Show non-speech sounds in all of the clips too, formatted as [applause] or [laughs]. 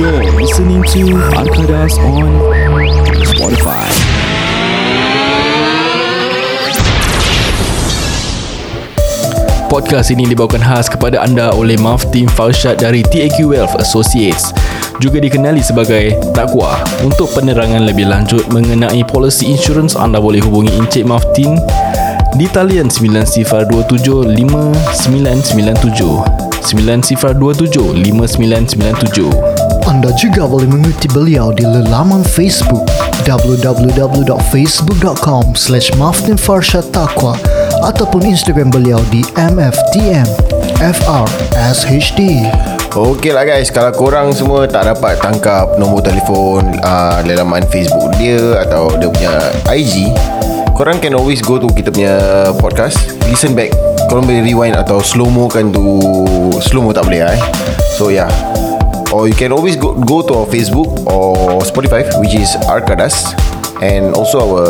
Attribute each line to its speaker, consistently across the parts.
Speaker 1: listening to Arkadas on Spotify.
Speaker 2: Podcast ini dibawakan khas kepada anda oleh Maftim Falshad dari TAQ Wealth Associates juga dikenali sebagai Takwa. Untuk penerangan lebih lanjut mengenai polisi insurans anda boleh hubungi Encik Maftin di talian 90275997 90275997
Speaker 3: Anda juga boleh mengikuti beliau di laman Facebook www.facebook.com slash Maftin Farshad Taqwa ataupun Instagram beliau di MFTM FRSHD.
Speaker 4: Okey lah guys Kalau korang semua tak dapat tangkap Nombor telefon uh, Laman Facebook dia Atau dia punya IG Korang can always go to kita punya podcast Listen back Korang boleh rewind atau slow-mo kan tu Slow-mo tak boleh lah eh So yeah Or you can always go, go to our Facebook Or Spotify Which is Arkadas And also our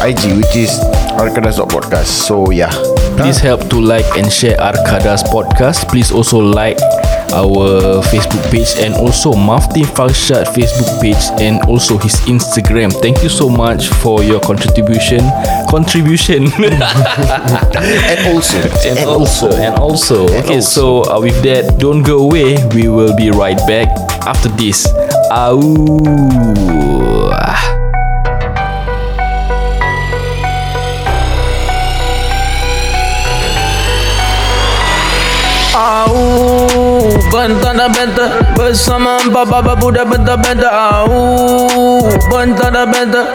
Speaker 4: IG Which is Arkadas.podcast So ya. yeah
Speaker 2: Please help to like and share Arkadas podcast. Please also like our Facebook page and also Maftin Falshad Facebook page and also his Instagram. Thank you so much for your contribution. Contribution. [laughs]
Speaker 4: And also
Speaker 2: and also and also. okay, so uh, with that, don't go away. We will be right back after this. Au.
Speaker 5: Au Bantana benta Bersama empat baba budak benta-benta Au Bantana benta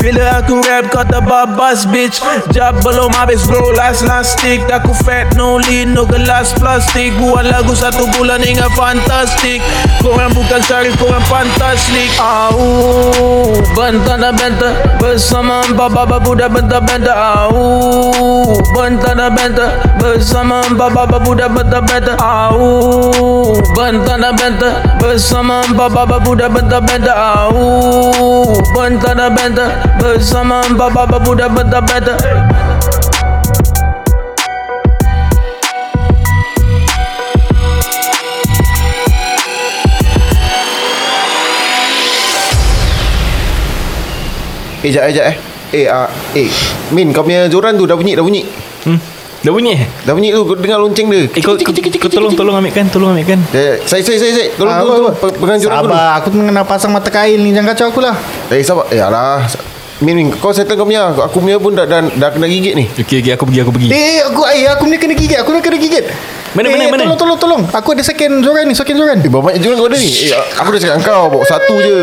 Speaker 5: Bila aku rap kau terbabas bitch Jab belum habis bro last last stick Aku fat no lean no gelas plastik Buat lagu satu bulan hingga fantastik Korang bukan syarif korang fantastik Au Bentana benta Bersama empat baba budak benta-benta Au Bentana benta Bersama empat baba budak benta-benta Au Bentana benta Bersama empat baba budak benta-benta Au Bentana benta Bersama empat baba budak benta-benta
Speaker 4: Eh jap eh jap eh Eh uh, eh Min kau punya joran tu dah bunyi dah bunyi
Speaker 2: Dah bunyi eh?
Speaker 4: Dah bunyi tu kau dengar lonceng dia
Speaker 2: Eh, kau, kau, kau tolong tolong ambilkan, tolong ambilkan.
Speaker 4: Eh, saya saya saya saya tolong
Speaker 3: Ah,
Speaker 4: tolong tolong Pe- pegang joran dulu.
Speaker 3: Sabar, aku kena pasang mata kail ni. Jangan kacau aku lah.
Speaker 4: Eh sabar. Eh alah. Min Min kau settle kau punya. Aku aku punya pun dah dah, dah kena gigit ni.
Speaker 2: Okey, okey, aku pergi, aku pergi.
Speaker 3: Eh, eh, aku eh, aku ni kena gigit. Aku ni kena gigit.
Speaker 2: Mana,
Speaker 3: eh,
Speaker 2: mana, mana?
Speaker 3: Tolong, tolong, tolong. Aku ada second Zoran ni, second Zoran.
Speaker 4: Eh berapa banyak joran kau ada ni? Eh aku dah cakap dengan kau bawa satu je.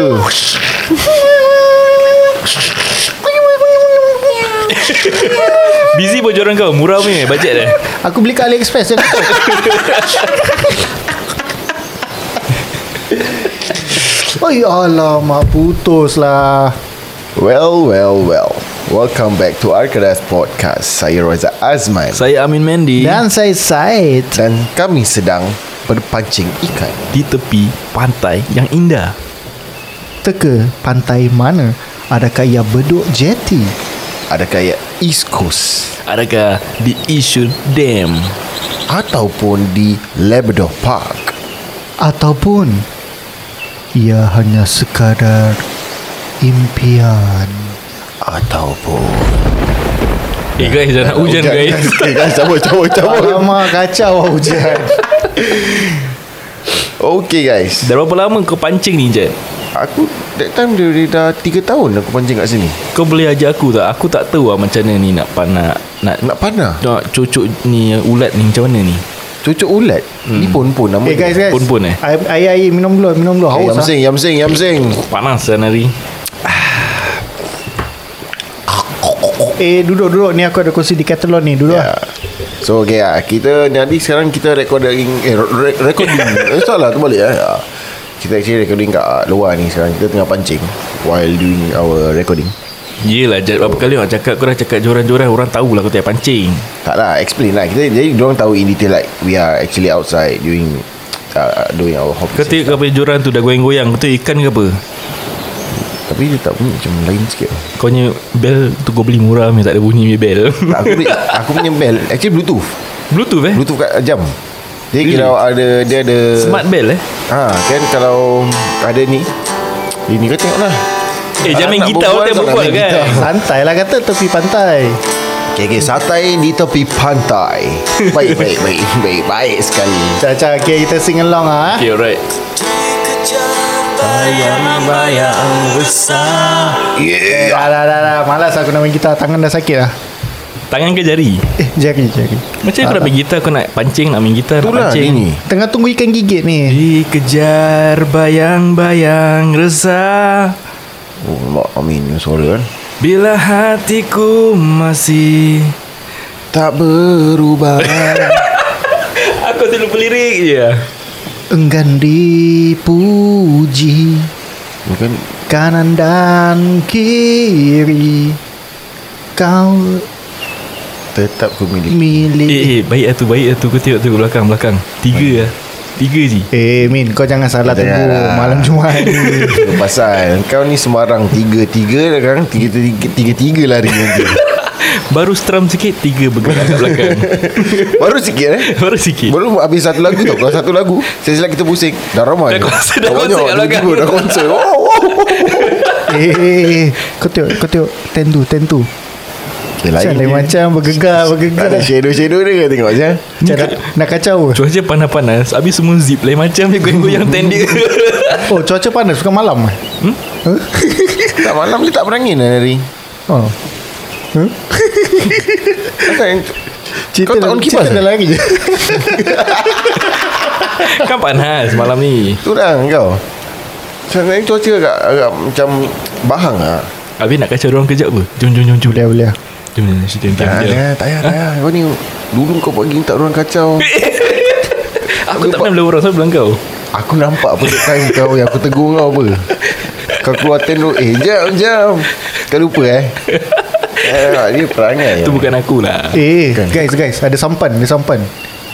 Speaker 2: Busy buat joran kau, murah punya, eh? bajet dah.
Speaker 3: Aku beli kat AliExpress je.
Speaker 2: [laughs]
Speaker 3: Oi, alamak putus lah.
Speaker 4: Well well well. Welcome back to Arkadas Podcast. Saya Roza Azman
Speaker 2: [laughs] Saya Amin Mendy
Speaker 3: Dan saya Said.
Speaker 4: dan kami sedang berpancing ikan.
Speaker 2: di tepi pantai yang indah.
Speaker 3: Teka pantai mana? Adakah ia bedok jeti?
Speaker 4: Ada kayak East Coast
Speaker 2: Adakah di Yishun Dam?
Speaker 4: ataupun di Labrador Park.
Speaker 3: Ataupun ia hanya sekadar impian?
Speaker 4: Ataupun
Speaker 2: Eh guys, dah nak hujan guys.
Speaker 4: [laughs] Okay guys Cabut cabut cabut
Speaker 3: Alamak kacau lah hujan.
Speaker 4: Okay guys
Speaker 2: Dah berapa lama kau pancing ni, Jet?
Speaker 4: Aku That time dia, dia dah 3 tahun Aku pancing kat sini
Speaker 2: Kau boleh ajar aku tak? Aku tak tahu lah macam mana ni nak panak nak
Speaker 4: Nak panah
Speaker 2: nak cucuk ni ulat ni macam mana ni?
Speaker 4: Cucuk ulat hmm. Ni pun pun nama
Speaker 3: Eh guys guys.
Speaker 2: Pun-pun eh?
Speaker 3: Air air, air minum dulu, minum dulu. Haus
Speaker 4: Haus Yam
Speaker 3: ah.
Speaker 4: sing Yam sing Yam sing
Speaker 2: Panas kan hari.
Speaker 3: Eh duduk duduk ni aku ada kursi di Catalan ni. Duduk. ah.
Speaker 4: Ya.
Speaker 3: Yeah.
Speaker 4: So okay ah, lah Kita Nanti sekarang kita recording Eh re- recording Eh salah tu balik eh Ya. Kita actually recording kat luar ni sekarang Kita tengah pancing While doing our recording
Speaker 2: Yelah Jad Berapa kali orang cakap Korang cakap joran-joran Orang tahulah kau tak pancing
Speaker 4: Tak lah explain lah kita, Jadi diorang tahu in detail like We are actually outside doing uh, Doing our hobbies
Speaker 2: Kau tengok kau punya joran tu Dah goyang-goyang Kau tu ikan ke apa
Speaker 4: Tapi dia tak bunyi macam lain sikit
Speaker 2: Kau punya bel tu kau beli murah punya, Tak ada bunyi punya bel [laughs]
Speaker 4: tak, aku, punya, aku punya bell Actually bluetooth
Speaker 2: Bluetooth eh
Speaker 4: Bluetooth kat jam Jadi
Speaker 2: Really?
Speaker 4: kalau ada Dia ada
Speaker 2: Smart bel eh
Speaker 4: ha, Kan kalau Ada ni Dia ni kau tengok lah
Speaker 2: Eh jangan main
Speaker 4: tak
Speaker 2: gitar Kau
Speaker 4: berbual,
Speaker 2: tak
Speaker 4: tak nak
Speaker 2: berbual
Speaker 4: main
Speaker 2: kan
Speaker 4: gitar.
Speaker 3: Pantai lah kata tepi pantai
Speaker 4: Okay, okay. Satai di tepi pantai Baik baik baik Baik baik sekali
Speaker 3: Caca okay, kita sing along ah.
Speaker 2: Okay alright
Speaker 4: Yeah
Speaker 3: Dah dah dah dah Malas aku nak main gitar Tangan dah sakit lah
Speaker 2: Tangan ke jari
Speaker 3: Eh jari jari
Speaker 2: Macam mana kau nak main gitar Kau nak pancing Nak main gitar
Speaker 4: Itulah
Speaker 2: Nak
Speaker 4: ni
Speaker 2: pancing
Speaker 4: lah ni
Speaker 3: Tengah tunggu ikan gigit ni
Speaker 2: Dikejar bayang-bayang resah
Speaker 4: Oh Allah Amin Suara kan
Speaker 2: Bila hatiku masih
Speaker 4: Tak
Speaker 2: [laughs]
Speaker 4: berubah
Speaker 2: Aku tu lupa lirik je
Speaker 3: Enggan dipuji
Speaker 4: Bukan
Speaker 3: Kanan dan kiri Kau
Speaker 4: Tetap ku milik
Speaker 3: milik
Speaker 2: Eh, eh baik lah tu Baik lah tu Kau tengok tu ke belakang belakang Tiga lah Tiga je
Speaker 3: Eh Min kau jangan salah
Speaker 4: Jangan
Speaker 3: tunggu
Speaker 4: lah.
Speaker 3: Malam Jumaat
Speaker 4: [laughs]
Speaker 3: ni
Speaker 4: Itu Pasal Kau ni Semarang Tiga-tiga sekarang Tiga-tiga Tiga-tiga lari nanti
Speaker 2: Baru strum sikit Tiga bergerak kat
Speaker 4: [laughs]
Speaker 2: belakang
Speaker 4: Baru sikit eh
Speaker 2: Baru sikit
Speaker 4: Baru habis satu lagu tau Kalau satu lagu Sila kita pusing Dah ramai
Speaker 2: Dah concert, dah
Speaker 4: banyak,
Speaker 2: concert kat belakang.
Speaker 4: tiba-tiba Dah konser oh, oh.
Speaker 3: Eh eh eh Kau tengok Kau tengok Tentu Tentu
Speaker 4: Okay,
Speaker 3: Macam lain macam Bergegar
Speaker 4: Tak
Speaker 3: Bergegar
Speaker 4: ada shadow-shadow dia ke tengok ya? macam
Speaker 3: Macam nak, nak kacau ke?
Speaker 2: Cuaca panas-panas Habis semua zip Lain macam je
Speaker 4: [laughs]
Speaker 2: Goyang-goyang tender
Speaker 3: Oh cuaca panas Bukan
Speaker 4: Oh.
Speaker 3: malam eh?
Speaker 4: Tak malam dia tak berangin lah hari
Speaker 3: Oh
Speaker 4: Takkan
Speaker 3: Cerita
Speaker 4: Kau tak on
Speaker 3: Cerita
Speaker 4: kipas eh?
Speaker 3: dah
Speaker 4: [laughs]
Speaker 3: lari je
Speaker 2: [laughs] Kan panas malam ni
Speaker 4: Tu lah kau Sebenarnya cuaca agak, agak macam Bahang lah
Speaker 2: Habis nak kacau orang kejap apa Jom jom jom jom
Speaker 3: Boleh boleh
Speaker 2: Jom jom jom Jom
Speaker 4: Tak
Speaker 2: jom
Speaker 4: payah Tak payah tak payah. Ah, Kau ni Dulu kau buat gini tak orang kacau
Speaker 2: Aku tak pernah bilang orang Saya bilang kau
Speaker 4: Aku nampak apa time kau Yang aku tegur kau apa Kau keluar ten Eh jam jam Kau lupa eh Eh, dia perangai
Speaker 2: Itu bukan aku lah
Speaker 3: Eh
Speaker 4: Kan.
Speaker 3: guys guys Ada sampan Ada sampan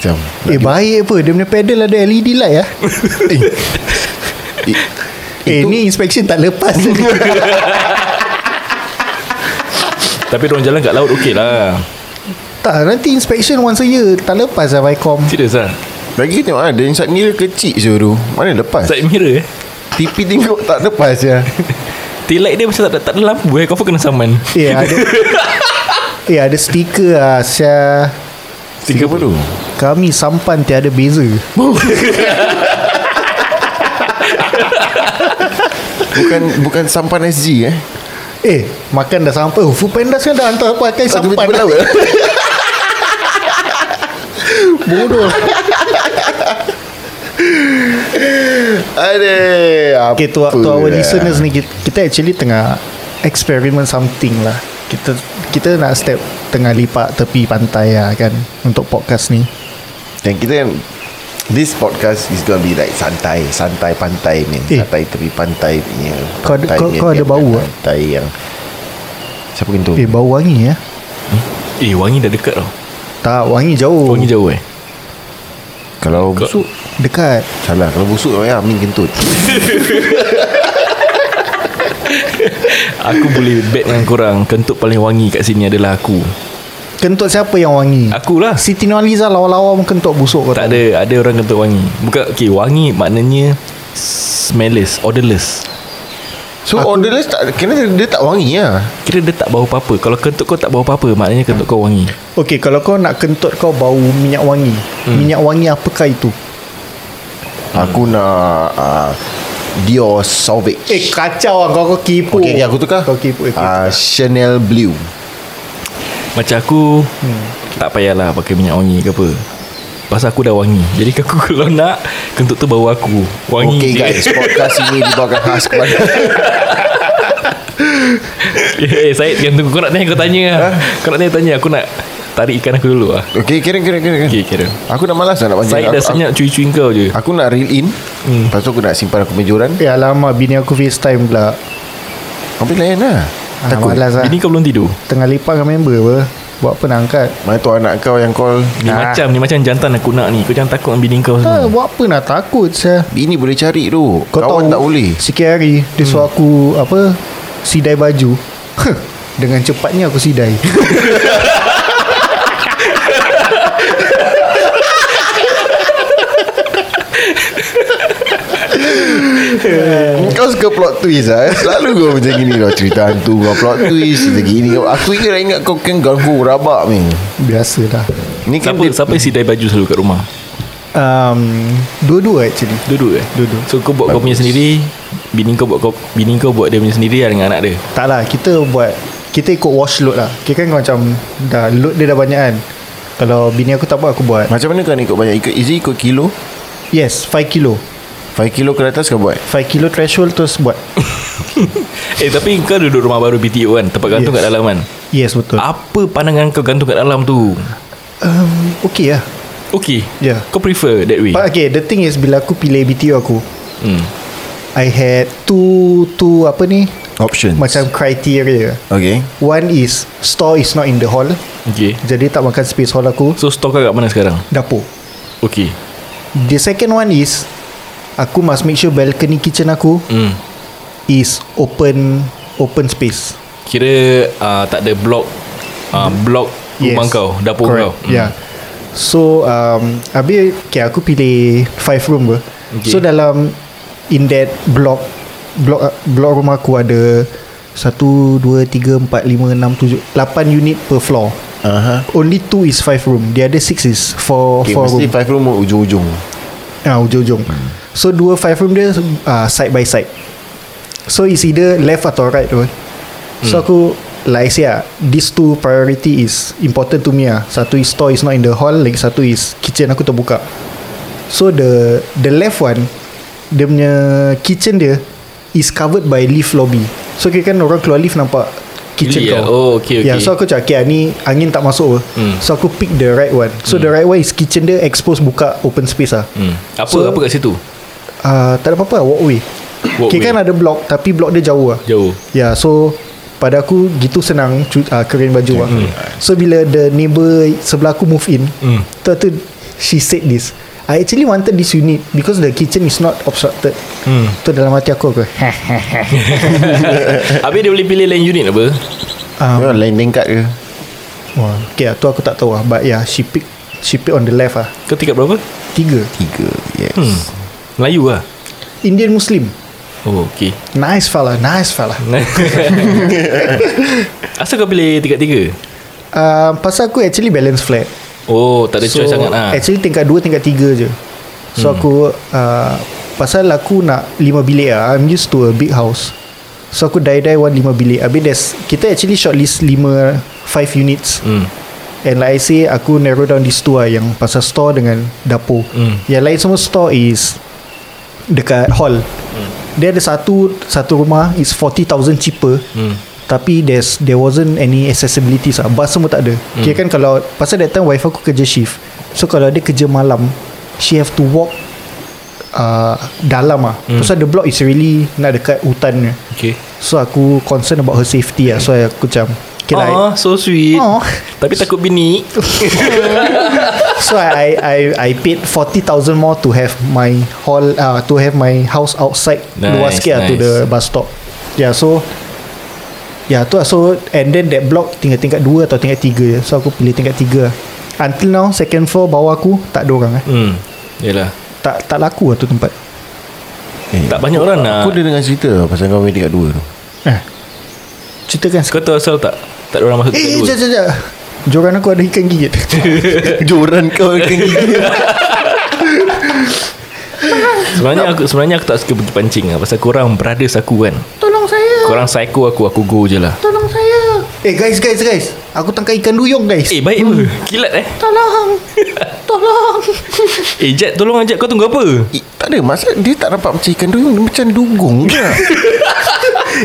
Speaker 4: Jam
Speaker 3: Eh baik apa Dia punya pedal ada LED light lah
Speaker 4: Eh,
Speaker 3: Eh
Speaker 4: [laughs] Itu-
Speaker 3: ni inspection tak
Speaker 4: [laughs]
Speaker 3: lepas ni.
Speaker 2: Tapi orang jalan kat laut okey lah
Speaker 3: Tak nanti inspection once a year Tak lepas lah Vicom
Speaker 2: Serius lah
Speaker 4: Lagi tengok ada Inside mirror kecil je tu Mana lepas
Speaker 2: Side mirror eh
Speaker 4: TV tengok tak lepas ya.
Speaker 2: Tail light dia macam tak, tak ada lampu eh Kau pun kena saman
Speaker 3: Eh ada Eh ada stiker lah Asya
Speaker 4: 30
Speaker 3: Kami sampan tiada beza
Speaker 4: Bukan bukan sampan SG eh
Speaker 3: Eh makan dah sampai oh, Food Panda sekarang dah hantar pakai
Speaker 4: Tak
Speaker 3: sampan
Speaker 4: tiba-tiba lah. lawa
Speaker 3: Bodoh
Speaker 4: Aduh
Speaker 3: Okay to, to our
Speaker 4: ya?
Speaker 3: listeners ni kita, kita actually tengah Experiment something lah Kita kita nak step Tengah lipat tepi pantai lah kan Untuk podcast ni
Speaker 4: Dan kita kan This podcast is gonna be like santai, santai pantai ni,
Speaker 3: Eh.
Speaker 4: eh. santai tepi pantai punya.
Speaker 3: Kau ada-
Speaker 4: pantai
Speaker 3: kau-
Speaker 4: punya
Speaker 3: kau ada
Speaker 4: dia
Speaker 3: bau
Speaker 4: punya
Speaker 3: tak?
Speaker 4: Pantai yang siapa kentung?
Speaker 3: Eh bau wangi ya
Speaker 2: Eh wangi dah dekat tau
Speaker 3: Tak wangi jauh
Speaker 2: Wangi jauh eh
Speaker 4: Kalau busuk,
Speaker 3: Dekat
Speaker 4: salah. Kalau busuk, ya Amin kentut.
Speaker 2: Aku boleh bet dengan korang Kentut paling wangi kat sini adalah aku
Speaker 3: Kentut siapa yang wangi
Speaker 2: Akulah
Speaker 3: Siti Nurhaliza lawa-lawa pun kentut busuk kau
Speaker 2: Tak
Speaker 3: tahu.
Speaker 2: ada Ada orang kentut wangi Bukan okay, Wangi maknanya Smellless Odorless
Speaker 4: So Aku... odorless tak, kena dia, dia tak wangi lah.
Speaker 2: Kira dia tak bau apa-apa Kalau kentut kau tak bau apa-apa Maknanya kentut kau wangi
Speaker 3: Okay kalau kau nak kentut kau bau minyak wangi hmm. Minyak wangi apakah itu
Speaker 4: Aku nak uh, Dior Sauvage.
Speaker 3: Eh kacau lah kau, kau kipu
Speaker 4: okay, okay, aku tukar.
Speaker 3: Kau kipu okay.
Speaker 4: uh, Chanel Blue.
Speaker 2: Macam aku hmm. Tak payahlah pakai minyak wangi ke apa Pasal aku dah wangi [laughs] Jadi aku kalau nak Kentut tu bau aku Wangi
Speaker 4: Okay
Speaker 2: je.
Speaker 4: guys, podcast ini dibawakan khas [laughs] kepada
Speaker 2: [laughs] Eh Syed jangan tunggu Kau nak tanya kau tanya lah Kau nak tanya tanya Aku nak Tarik ikan aku dulu lah
Speaker 4: Okay, kira kira kira. kira.
Speaker 2: Okay kira
Speaker 4: Oh, Aku dah malas dah nak panjang.
Speaker 2: Syed dah
Speaker 4: Aku,
Speaker 2: senyap cui-cui kau je
Speaker 4: aku, aku nak reel in. Lepas tu aku nak simpan aku punya joran
Speaker 3: Eh alamak bini aku FaceTime pula
Speaker 4: Habis lain lah
Speaker 3: ah,
Speaker 4: Takut
Speaker 3: Malas lah
Speaker 2: Ini kau belum tidur
Speaker 3: Tengah lipat dengan member apa Buat apa nak angkat
Speaker 4: Mana tu anak kau yang call
Speaker 2: Ni
Speaker 3: Ah.
Speaker 2: macam ni macam jantan aku nak ni Kau jangan takut dengan bini kau
Speaker 3: Tak
Speaker 2: semua
Speaker 3: buat apa nak takut saya
Speaker 4: Bini boleh cari tu Kawan tak boleh
Speaker 3: Sikit hari Dia suruh aku Apa Sidai baju [laughs] Huh, Dengan cepatnya aku sidai [laughs]
Speaker 4: Kau suka plot twist lah eh? Selalu kau macam gini lah Cerita hantu kau plot twist Cerita gini Aku ingat ingat kau kan ganggu rabak ni
Speaker 3: Biasa dah
Speaker 4: Ni kan
Speaker 2: Siapa,
Speaker 4: dia,
Speaker 2: siapa yang sidai baju selalu kat rumah
Speaker 3: um, Dua-dua actually
Speaker 2: Duduk eh
Speaker 3: Duduk.
Speaker 2: So kau buat kau punya sendiri Bini kau buat kau Bini kau buat dia punya sendiri lah Dengan anak dia
Speaker 3: Tak lah Kita buat Kita ikut wash load lah Kita kan macam dah Load dia dah banyak kan Kalau bini aku tak buat Aku buat
Speaker 4: Macam mana kau nak ikut banyak ikut, Is it ikut kilo
Speaker 3: Yes 5 kilo
Speaker 4: 5 kilo ke atas kau buat
Speaker 3: 5 kilo threshold terus buat
Speaker 2: Eh tapi kau duduk rumah baru BTO kan Tempat gantung
Speaker 3: Yes.
Speaker 2: kat dalam kan
Speaker 3: Yes betul
Speaker 2: Apa pandangan kau gantung kat dalam tu
Speaker 3: um, Okay lah
Speaker 2: Okay
Speaker 3: Ya.
Speaker 2: Kau prefer that way
Speaker 3: But okay the thing is Bila aku pilih BTO aku
Speaker 2: hmm.
Speaker 3: I had two Two apa ni
Speaker 4: Options
Speaker 3: Macam criteria
Speaker 4: Okay
Speaker 3: One is Store is not in the hall
Speaker 2: Okay
Speaker 3: Jadi tak makan space hall aku
Speaker 2: So stok kau kat mana sekarang
Speaker 3: Dapur
Speaker 2: Okay
Speaker 3: The second one is Aku must make sure Balcony kitchen aku
Speaker 2: hmm.
Speaker 3: Is open Open space
Speaker 2: Kira uh, tak ada blok uh, Blok rumah kau Dapur
Speaker 3: Correct. Ya.
Speaker 2: kau Hmm.
Speaker 3: Yeah So um, Habis Okay aku pilih Five room ber
Speaker 2: Okay.
Speaker 3: okay. So dalam In that block Block block rumah aku ada Satu Dua Tiga Empat Lima Enam Tujuh Lapan unit per floor
Speaker 4: Aha.
Speaker 3: Only two is five room The other six is Four,
Speaker 4: Okay,
Speaker 3: four
Speaker 4: mesti
Speaker 3: room
Speaker 4: 5 room ujung-ujung
Speaker 3: Ah, ujung-ujung
Speaker 2: Hmm.
Speaker 3: So dua five room dia uh, Side by side So it's either Left atau right tu So
Speaker 2: Hmm.
Speaker 3: aku Like I say ah, These two priority is Important to me ah. Satu is store is not in the hall Lagi satu is Kitchen aku terbuka So the The left one Dia punya Kitchen dia Is covered by lift lobby So kira kan orang keluar lift nampak Kitchen
Speaker 2: Really,
Speaker 3: kau
Speaker 2: ah? Oh, okay,
Speaker 3: yeah,
Speaker 2: okay. Hmm.
Speaker 3: So aku cakap okay, ah, ni angin tak masuk apa. So aku pick the right one So the right one is kitchen dia Expose buka open space ah.
Speaker 2: hmm. Apa
Speaker 3: So-
Speaker 2: apa kat situ
Speaker 3: Ah, tak ada apa-apa lah, walkway. walkway.
Speaker 2: Walkway.
Speaker 3: Kira kan ada blok tapi blok dia jauh lah.
Speaker 2: Jauh
Speaker 3: Ya, yeah, so pada aku gitu senang cu- uh, kering baju lah. So bila the neighbour sebelah aku move in,
Speaker 2: Hmm.
Speaker 3: tu tu she said this. I actually wanted this unit because the kitchen is not obstructed. Hmm. Tu dalam hati aku aku. "Heh."
Speaker 2: [laughs] Habis dia boleh pilih lain unit apa
Speaker 3: Ah.
Speaker 4: um, Lain tingkat ke
Speaker 3: Wah, okay lah, tu aku tak tahu lah. But yeah, she pick she pick on the left ah.
Speaker 2: Kau tingkat berapa
Speaker 3: Tiga.
Speaker 4: 3 Yes hmm.
Speaker 2: Melayu lah
Speaker 3: Indian Muslim.
Speaker 2: Oh
Speaker 3: [laughs]
Speaker 2: okay
Speaker 3: Nice fella, nice fella.
Speaker 2: Asal kau pilih tiga-tiga
Speaker 3: Uh, pasal aku actually balance flat.
Speaker 2: Oh tak ada so, choice sangat lah
Speaker 3: Actually tingkat 2 Tingkat 3 je So hmm. aku uh, Pasal aku nak 5 bilik lah I'm used to a big house So aku die-die want 5 bilik Habis there's Kita actually shortlist 5 5 units
Speaker 2: hmm.
Speaker 3: And like I say Aku narrow down these two lah Yang pasal store dengan dapur
Speaker 2: Hmm.
Speaker 3: Yang lain semua store is Dekat hall
Speaker 2: Hmm.
Speaker 3: Dia ada satu Satu rumah Is 40,000 cheaper
Speaker 2: Hmm.
Speaker 3: Tapi there's There wasn't any accessibility lah Bus semua tak ada
Speaker 2: Hmm.
Speaker 3: Kira kan kalau Pasal that time wife aku kerja shift So kalau dia kerja malam She have to walk uh, Dalam lah
Speaker 2: Hmm.
Speaker 3: Pasal the block is really Nak dekat hutan
Speaker 2: Okay
Speaker 3: So aku concern about her safety lah So aku macam Okay lah I-
Speaker 2: Oh so sweet
Speaker 3: Aw.
Speaker 2: Tapi takut bini
Speaker 3: So I I I paid 40,000 more to have my hall uh, to have my house outside
Speaker 2: Nice,
Speaker 3: nice, luas sikit nice. to
Speaker 2: nice.
Speaker 3: the bus stop. Yeah, so Yeah, tu lah. So and then that block tinggal tingkat 2 atau tingkat 3 je. So aku pilih tingkat 3 lah. Until now second floor bawah aku tak ada orang eh.
Speaker 2: hmm. Yalah
Speaker 3: Tak tak laku lah tu tempat.
Speaker 2: Hmm. Tak banyak orang nak
Speaker 4: Eh, Aku dah dengar cerita lah Pasal kau main tingkat 2 tu
Speaker 3: Eh. Ceritakan
Speaker 2: Kau
Speaker 3: sekali.
Speaker 2: tahu asal tak Tak ada orang masuk
Speaker 3: Eh,
Speaker 2: tingkat
Speaker 3: jap jap jap. Joran aku ada ikan gigit. [laughs]
Speaker 4: Joran kau akan [laughs] gigit
Speaker 2: dua Sebenarnya aku sebenarnya aku tak suka pergi pancing lah Pasal korang brothers aku kan
Speaker 3: Tolong saya.
Speaker 2: Korang psycho aku Aku go je lah
Speaker 3: Tolong saya. Eh guys guys guys. Aku tangkap ikan duyung guys.
Speaker 2: Eh baik apa Kilat eh
Speaker 3: Hmm.
Speaker 2: [laughs]
Speaker 3: Tolong. Tolong.
Speaker 2: Eh Jad tolong ajak kau tunggu apa
Speaker 4: Eh, tak ada Masa dia tak dapat macam ikan duyung Dia macam dugong je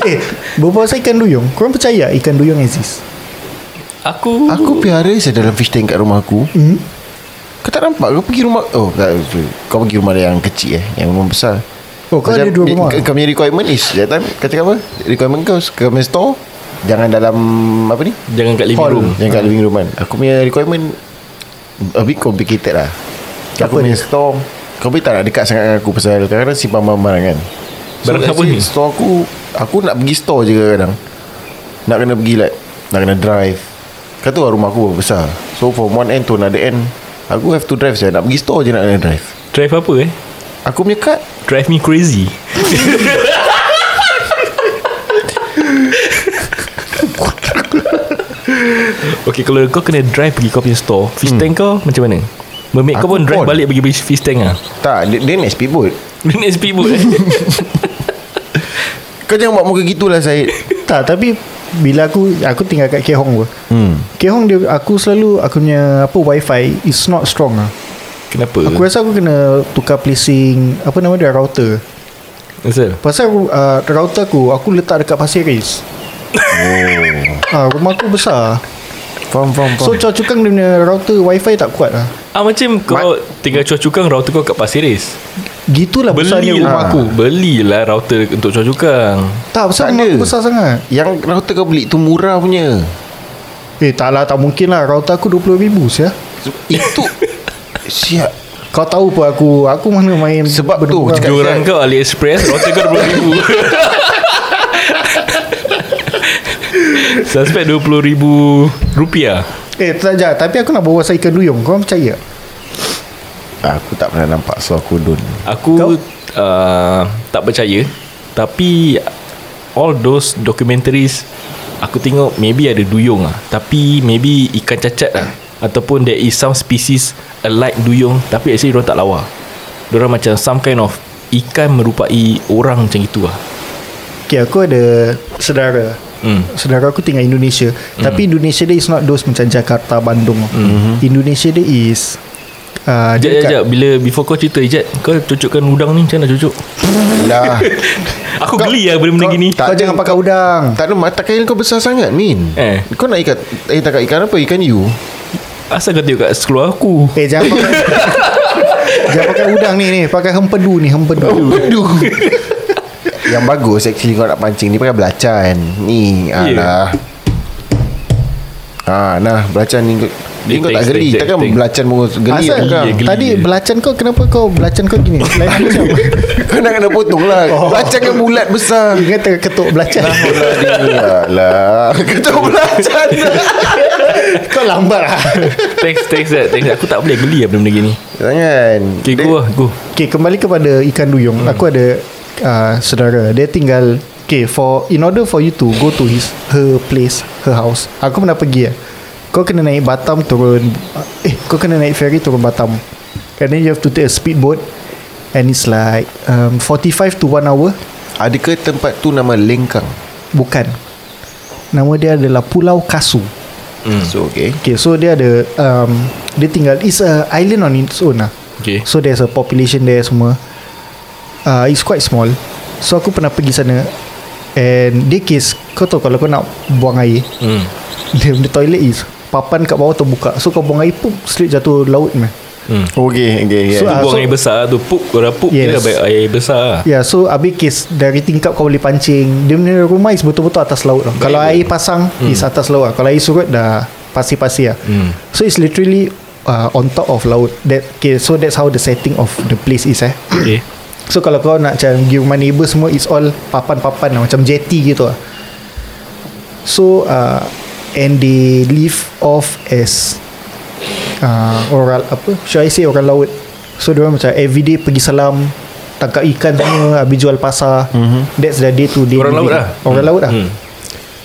Speaker 3: Eh, berpuasa ikan duyung. Korang percaya ikan duyung exist?
Speaker 2: Aku
Speaker 4: Aku piara je dalam fish tank kat rumah aku hmm? Kau tak nampak Kau pergi rumah Oh tak, sorry. Kau pergi rumah yang kecil eh Yang rumah besar
Speaker 3: Oh, kau ada dua
Speaker 4: di-
Speaker 3: rumah?
Speaker 4: k- Kau punya requirement is That time Kau cakap apa Requirement kau Kau punya store Jangan dalam Apa ni
Speaker 2: Jangan kat living
Speaker 3: Hall.
Speaker 2: room Ah.
Speaker 4: Yang kat living room kan Aku punya requirement A bit complicated lah Aku punya store Kau boleh tak nak dekat sangat dengan aku Pasal kadang-kadang simpan barang-barang kan
Speaker 2: Barang
Speaker 4: let's
Speaker 2: apa
Speaker 4: say
Speaker 2: ni?
Speaker 4: Store aku Aku nak pergi store je kadang-kadang Nak kena pergi like Nak kena drive Kau tahu lah rumah aku berapa besar So from one end to another end Aku have to drive saya Nak pergi store je nak kena drive
Speaker 2: Drive apa eh
Speaker 4: Aku punya card
Speaker 2: Drive me crazy Okay kalau kau kena drive pergi kau punya store Fish
Speaker 3: Hmm.
Speaker 2: tank kau macam mana? Mermaid kau
Speaker 4: Aku
Speaker 2: pun drive
Speaker 4: call.
Speaker 2: balik pergi beli fish tank [laughs] lah
Speaker 4: Tak Dia, dia naik speedboat
Speaker 2: Dia naik speedboat eh [laughs]
Speaker 4: Kau jangan buat muka gitulah
Speaker 2: [laughs]
Speaker 4: Syed
Speaker 3: Tak tapi Bila aku Aku tinggal kat Kehong pun
Speaker 4: Hmm
Speaker 3: Kehong dia Aku selalu Aku punya Apa wifi Is not strong lah
Speaker 2: Kenapa?
Speaker 3: Aku rasa aku kena Tukar placing Apa nama dia Router
Speaker 2: Asal?
Speaker 3: Pasal uh, router aku Aku letak dekat Pasir Ris
Speaker 4: Oh.
Speaker 3: Ah, rumah aku besar
Speaker 4: Faham faham faham
Speaker 3: So Choa Chu Kang dia punya router wifi tak kuat lah
Speaker 2: Ah macam kau tinggal Choa Chu Kang router kau kat Pasir Ris.
Speaker 3: Gitulah besarnya rumah
Speaker 2: lah.
Speaker 3: aku
Speaker 2: Belilah router untuk Choa Chu Kang.
Speaker 3: Tak pasal
Speaker 4: Tak
Speaker 3: rumah
Speaker 4: ada.
Speaker 3: aku besar sangat
Speaker 4: Yang router kau beli tu murah punya
Speaker 3: Eh tak lah tak mungkin lah Router aku RM20,000 ya
Speaker 4: Itu Siap
Speaker 3: Kau tahu pun aku Aku mana main
Speaker 4: Sebab
Speaker 3: benda
Speaker 4: tu,
Speaker 3: murah.
Speaker 4: cakap-
Speaker 2: Orang kau AliExpress router kau 20,000. Suspect 20,000 rupiah.
Speaker 3: Eh tak jahat Tapi aku nak bawa pasal ikan duyung Kau orang percaya
Speaker 4: Aku tak pernah nampak So aku don't
Speaker 2: Aku uh, tak percaya tapi all those documentaries aku tengok maybe ada duyung ah tapi maybe ikan cacat lah ataupun there is some species alike duyung tapi actually diorang tak lawa. Diorang macam some kind of ikan merupai orang macam itu lah.
Speaker 3: Okay aku ada Saudara
Speaker 2: Hmm.
Speaker 3: Saudara aku tinggal Indonesia Tapi Indonesia dia is not those Macam Jakarta, Bandung Indonesia dia is uh,
Speaker 2: Hmm. Jap,
Speaker 3: dia
Speaker 2: jap,
Speaker 3: kat-
Speaker 2: jap. Bila before kau cerita, Ijat, kau cucukkan udang ni macam mana cucuk?
Speaker 4: Lah
Speaker 2: Aku geli lah benda-benda
Speaker 4: kau-
Speaker 2: gini.
Speaker 4: Tak
Speaker 3: Kau
Speaker 4: ada-
Speaker 3: jangan pakai udang
Speaker 4: Tak ada mata kail kau besar sangat Min
Speaker 2: Eh.
Speaker 4: Kau nak ikat Eh tak ikan apa Ikan you
Speaker 2: Asal kau tengok kat sekolah aku?
Speaker 3: Eh jangan pakai Jangan pakai udang ni ni Pakai hempedu ni
Speaker 2: Oh,
Speaker 3: Hempedu
Speaker 4: Aduh Yang bagus actually kau nak pancing ni pakai belacan Ni Alah Ha, nah belacan ni kau-
Speaker 2: Dia
Speaker 4: ni kau tak
Speaker 2: thanks,
Speaker 4: geli
Speaker 2: thanks,
Speaker 4: Takkan
Speaker 2: thanks.
Speaker 4: belacan pun geli
Speaker 3: Asal
Speaker 4: bukan?
Speaker 2: geli.
Speaker 3: Tadi
Speaker 2: je.
Speaker 3: belacan kau Kenapa kau Belacan kau gini Lain macam
Speaker 2: [laughs]
Speaker 3: siapa
Speaker 4: Kau nak kena potong lah
Speaker 2: Oh.
Speaker 4: Belacan kan bulat besar
Speaker 3: Dia kata ketuk belacan
Speaker 2: lah.
Speaker 4: Alah [laughs] Kata belacan
Speaker 3: Kau lambat lah
Speaker 2: [laughs] thanks, thanks, Ijat. thanks. Aku tak boleh geli lah benda-benda gini.
Speaker 4: Jangan
Speaker 2: Okay, go lah, go.
Speaker 3: Okay kembali kepada Ikan duyung Aku ada uh, Saudara Dia tinggal Okay for In order for you to Go to his Her place Her house Aku pernah pergi lah Kau kena naik Batam turun Eh kau kena naik ferry turun Batam And then you have to take a speedboat And it's like um, 45 to 1 hour
Speaker 4: Adakah tempat tu nama Lengkang?
Speaker 3: Bukan Nama dia adalah Pulau Kasu
Speaker 4: Hmm. So okay
Speaker 3: Okay so dia ada um, Dia tinggal It's a island on its own lah
Speaker 2: Okay.
Speaker 3: So there's a population there semua uh, It's quite small So aku pernah pergi sana And dia case Kau tahu kalau kau nak buang air
Speaker 2: Hmm.
Speaker 3: Dia punya toilet is Papan kat bawah terbuka So kau buang air pun Straight jatuh laut meh.
Speaker 4: Oh, Okay okay, okay.
Speaker 3: So,
Speaker 4: So,
Speaker 3: ah,
Speaker 2: Buang air besar tu Pup Orang pup yes.
Speaker 3: Yes.
Speaker 2: Dia baik air besar lah.
Speaker 3: Ya yeah, so habis case Dari tingkap kau boleh pancing Dia punya rumah is betul-betul atas laut lah. Kalau air pasang hmm. Is atas laut lah. Kalau air surut dah Pasir-pasir lah hmm. So it's literally uh, On top of laut that, okay, So that's how the setting of the place is eh
Speaker 2: Okay
Speaker 3: So kalau kau nak macam Pergi rumah neighbour semua It's all papan-papan lah Macam jetty gitu lah So uh, And they live off as uh, Orang apa Should I say orang laut So dia macam everyday pergi selam Tangkap ikan semua Habis jual pasar mm-hmm. That's their day to day
Speaker 2: Mhm. Orang laut
Speaker 3: living.
Speaker 2: lah.
Speaker 3: Orang
Speaker 2: Hmm.
Speaker 3: laut lah
Speaker 2: Hmm.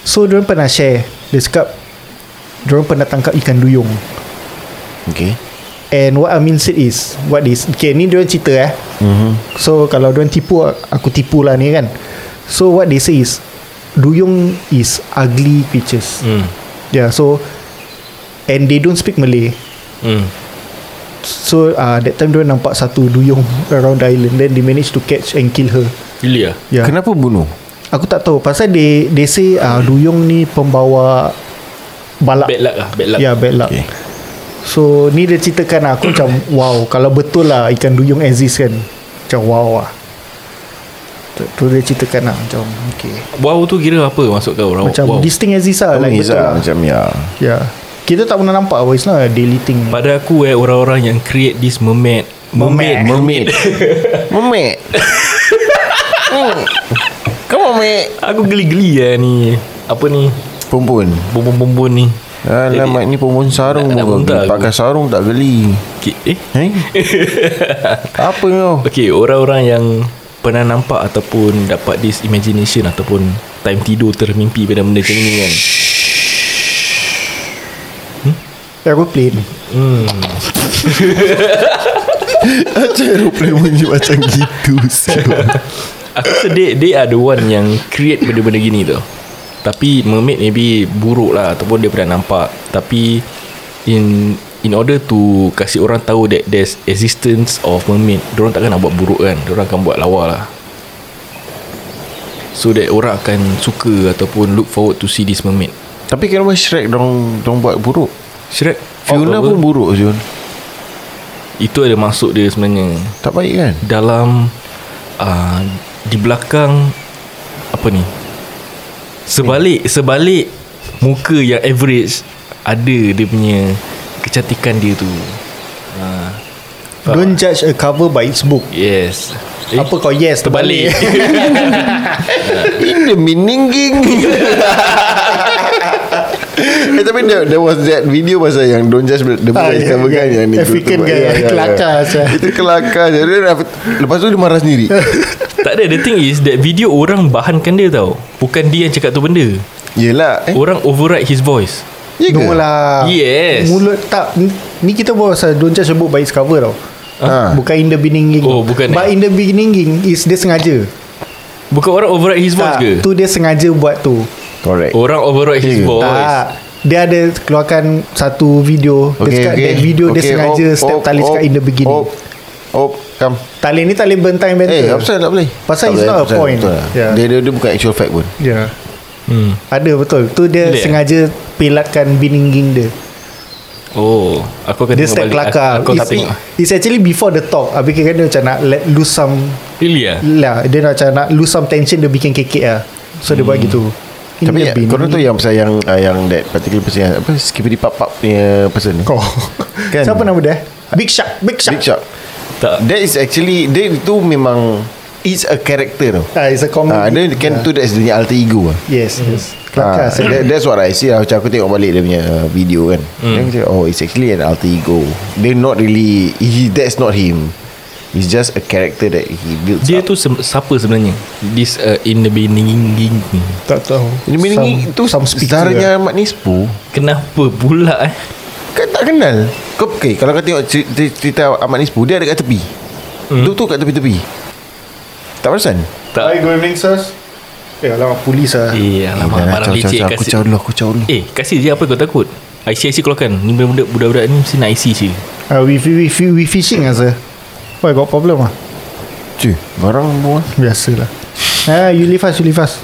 Speaker 3: So dia pernah share Dia cakap Dia pernah tangkap ikan duyung
Speaker 4: okay.
Speaker 3: And what Amin said is What is Okay ni diorang cerita eh mm-hmm. So kalau diorang tipu Aku tipu lah ni kan So what they say is Duyung is ugly creatures
Speaker 2: Hmm.
Speaker 3: Yeah so And they don't speak Malay
Speaker 2: Hmm.
Speaker 3: So uh, that time diorang nampak satu duyung Around the island Then they managed to catch and kill her
Speaker 2: Gila lah
Speaker 3: Yeah
Speaker 4: Kenapa bunuh?
Speaker 3: Aku tak tahu Pasal they, they say uh, Duyung ni pembawa Balak
Speaker 2: Bad luck lah Bad luck
Speaker 3: Ya yeah, bad luck
Speaker 4: Okay.
Speaker 3: okay. So ni dia ceritakan lah, aku macam [clears throat] wow kalau betul lah ikan duyung exist kan. Macam wow lah. Tu, tu dia ceritakan lah macam okay.
Speaker 2: Wow tu kira apa maksud kau? Raw-
Speaker 3: Macam
Speaker 2: Oh, wow.
Speaker 3: this thing exist lah. Like,
Speaker 4: Like
Speaker 3: betul lah.
Speaker 4: Oh, Macam ya
Speaker 3: Yeah. Kita tak pernah nampak apa It's not a daily thing
Speaker 2: Pada aku eh orang-orang yang create this mermaid
Speaker 3: Mermaid.
Speaker 4: Mermaid
Speaker 2: [laughs]
Speaker 4: Mermaid Come on mate
Speaker 2: Aku geli-geli ya ni Apa ni
Speaker 4: Perempuan
Speaker 2: Bumbun-bumbun ni
Speaker 4: Alamak ni perempuan sarung
Speaker 2: nak- nak
Speaker 4: pun
Speaker 2: muntah
Speaker 4: kau.
Speaker 2: aku.
Speaker 4: Pakai sarung tak geli
Speaker 2: okay, Eh
Speaker 4: Eh?
Speaker 2: [laughs]
Speaker 4: Apa kau
Speaker 2: Okay orang-orang yang Pernah nampak ataupun Dapat this imagination Ataupun Time tidur termimpi pada benda macam ni kan
Speaker 3: Aeroplane
Speaker 4: Macam aeroplane bunyi macam gitu
Speaker 2: Aku rasa they, they are the one yang create benda-benda gini tau Tapi mermaid maybe buruk lah Ataupun dia pernah nampak Tapi In in order to kasih orang tahu that there's existence of mermaid Diorang takkan nak buat buruk kan Diorang akan buat lawa lah So that orang akan suka Ataupun look forward to see this mermaid
Speaker 4: Tapi kenapa Shrek dong dong buat buruk
Speaker 2: Shrek
Speaker 4: Fiona
Speaker 2: Out
Speaker 4: pun
Speaker 2: apa?
Speaker 4: buruk Zul
Speaker 2: Itu ada masuk dia sebenarnya
Speaker 4: Tak baik kan
Speaker 2: Dalam uh, Di belakang Apa ni Sebalik Sebalik Muka yang average Ada dia punya Kecantikan dia tu uh,
Speaker 3: Don't judge a cover by its book
Speaker 2: Yes
Speaker 3: eh? Apa kau yes
Speaker 2: [laughs] Terbalik
Speaker 3: [laughs]
Speaker 4: In the meaning Eh tapi there, there was that video pasal yang Don't judge the book
Speaker 3: Ah,
Speaker 4: ah,
Speaker 3: yeah,
Speaker 4: yeah, kan
Speaker 3: yeah.
Speaker 4: yang ni
Speaker 3: African guy, kelakar ya. asal.
Speaker 4: ya, Itu kelakar je. Dia dah- Lepas tu dia marah
Speaker 3: [laughs]
Speaker 4: sendiri
Speaker 2: Tak ada The thing is That video orang bahankan dia tau Bukan dia yang cakap tu benda
Speaker 4: Yelah eh,
Speaker 2: Orang override his voice
Speaker 4: ya ke?
Speaker 3: No lah
Speaker 2: Yes.
Speaker 3: Mulut tak Ni- Ni kita bawa pasal Don't judge a book by its cover tau
Speaker 4: Ah.
Speaker 3: Bukan in the beginning
Speaker 2: Oh, bukan, eh?
Speaker 3: But in the beginning Is dia sengaja
Speaker 2: Bukan orang override his voice
Speaker 3: Tak
Speaker 2: ke
Speaker 3: Tu dia sengaja buat tu
Speaker 4: Correct
Speaker 2: Orang override his
Speaker 4: Eh,
Speaker 2: voice
Speaker 3: Tak Dia ada keluarkan Satu video Dia cakap that video Dia sengaja
Speaker 4: op,
Speaker 3: Step
Speaker 4: op,
Speaker 3: tali cakap
Speaker 4: op,
Speaker 3: in the beginning
Speaker 4: Op, op come
Speaker 3: Tali ni tali bentang-bentang
Speaker 4: Eh apa tak boleh
Speaker 3: Pasal
Speaker 4: Tak
Speaker 3: it's
Speaker 4: boleh,
Speaker 3: not a
Speaker 4: pasal
Speaker 3: point.
Speaker 4: betul lah.
Speaker 3: Yeah.
Speaker 4: dia, dia, dia bukan actual fact pun
Speaker 3: Ya yeah.
Speaker 2: hmm.
Speaker 3: Ada betul Tu
Speaker 2: Boleh,
Speaker 3: dia
Speaker 2: eh?
Speaker 3: sengaja Pelatkan bininging dia
Speaker 2: Oh Aku akan
Speaker 3: Dia
Speaker 2: tengok
Speaker 3: step
Speaker 2: balik.
Speaker 3: kelakar
Speaker 2: Aku, aku tak
Speaker 3: it's,
Speaker 2: tengok
Speaker 3: it's actually before the talk Habis kira dia macam nak let Lose some
Speaker 2: Really lah
Speaker 3: lah, Dia nak macam nak Lose some tension Dia bikin kekek lah So dia buat gitu In
Speaker 4: Hmm.
Speaker 3: the
Speaker 4: Tapi
Speaker 3: bin.
Speaker 4: korang tu yang pasal yang ah, Yang that particular person yang, Apa Skippity Pap Pap punya person ni
Speaker 3: Kau
Speaker 4: Kan?
Speaker 3: Siapa nama dia eh? Big Shark Big Shark,
Speaker 4: Big Shot
Speaker 2: Tak
Speaker 4: That is actually That itu memang It's a character tau
Speaker 3: Ah, It's a comedy
Speaker 4: Ah, dia can tu that's the alter ego lah.
Speaker 3: Yes, yes. Kelakar
Speaker 4: Ah,
Speaker 3: ah,
Speaker 4: that, that's what I see lah Macam aku tengok balik dia punya uh, video kan mm. Then aku cakap Oh it's actually an alter ego They not really he, That's not him It's just a character that he builds
Speaker 2: Dia
Speaker 4: up
Speaker 2: tu sem- siapa sebenarnya? This uh, in the beginning ni.
Speaker 3: Tak tahu
Speaker 4: Dia meaning
Speaker 3: Some-
Speaker 4: itu
Speaker 3: some speaker
Speaker 4: Sedarnya Ahmad Nispo
Speaker 2: Kenapa pula eh?
Speaker 4: Kau tak kenal Kau okay, Kalau kau tengok cerita, cerita Ahmad Nispo Dia ada kat tepi mm. Duduk tu kat tepi-tepi Tak perasan?
Speaker 3: Hi,
Speaker 2: Tak.
Speaker 3: good evening, sirs Eh, alamak, polis lah
Speaker 2: Eh,
Speaker 4: Eh,
Speaker 2: alamak
Speaker 4: dah lah,
Speaker 2: barang
Speaker 4: caw, caw,
Speaker 2: licik
Speaker 4: caw. Aku
Speaker 2: kasih.
Speaker 4: caw dulu Aku caw dulu
Speaker 2: Eh, kasih je apa kau takut? IC IC keluarkan. Ni budak-budak budak-budak ni mesti nak IC je.
Speaker 3: Ah, we, we, we, we fishing lah, sir Why, got problem lah
Speaker 4: Cuy Barang buang
Speaker 3: Biasalah Ah, you leave us, you leave us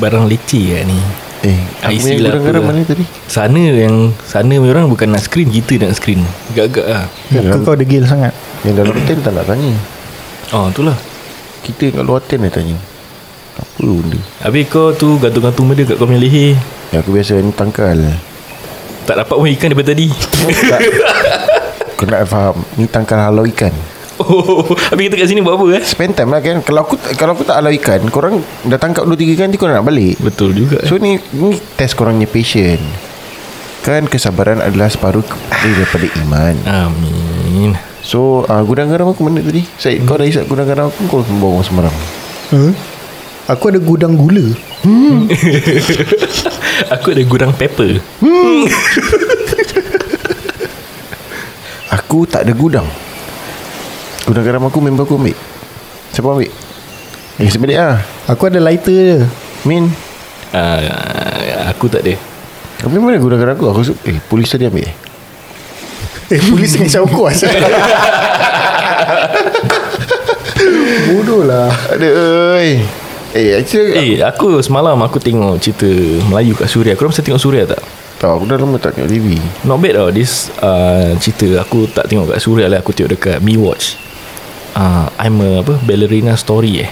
Speaker 2: Barang licik lah ni.
Speaker 4: Eh
Speaker 2: Ah,
Speaker 4: Aku
Speaker 2: isi
Speaker 4: punya
Speaker 2: lah
Speaker 4: garam-garam
Speaker 2: apa.
Speaker 4: mana tadi
Speaker 2: Sana yang sana punya orang bukan nak screen kita nak screen. Gagak lah.
Speaker 3: Muka kau degil sangat
Speaker 4: Yang dalam ten tak nak tanya
Speaker 2: Oh, itulah.
Speaker 4: Kita kat luar ten dah tanya Apa benda
Speaker 2: Habis kau tu gantung-gantung benda kat kau punya leher.
Speaker 4: Ya aku biasa ni tangkal
Speaker 2: Tak dapat pun ikan daripada tadi. [laughs]
Speaker 4: Tak Kau nak faham Ni tangkal halau ikan
Speaker 2: Oh, habis kita kat sini buat apa eh?
Speaker 4: Spend time lah kan Kalau aku kalau aku tak halau ikan Korang dah tangkap 2-3 ikan Nanti korang nak balik
Speaker 2: Betul juga. eh?
Speaker 4: So ni Ni test korang punya passion Kan kesabaran adalah separuh ke- eh, daripada iman
Speaker 2: Amin. [laughs]
Speaker 4: So uh, gudang garam aku mana tadi Saya Kau dah isap gudang garam aku Kau bawa semarang
Speaker 3: huh? Aku ada gudang gula
Speaker 2: Aku ada gudang pepper.
Speaker 4: Aku tak ada gudang Gudang garam aku member aku ambil Siapa ambil? Eh sebalik lah
Speaker 3: Aku ada lighter je
Speaker 4: Min
Speaker 2: Uh, aku tak ada.
Speaker 4: Kau punya mana gudang garam aku? aku su- eh polis tadi ambil eh
Speaker 3: [laughs] Eh polis dengan Syauku asal [laughs] Bodoh lah
Speaker 4: Ada oi Eh
Speaker 2: Eh,
Speaker 4: actually
Speaker 2: aku semalam aku tengok cerita Melayu kat Suria. Korang mesti tengok Suria tak?
Speaker 4: tahu Aku dah lama tak tengok TV
Speaker 2: Not bad tau This uh, cerita Aku tak tengok kat Suria lah Aku tengok dekat Mi Watch uh, I'm a apa Ballerina story eh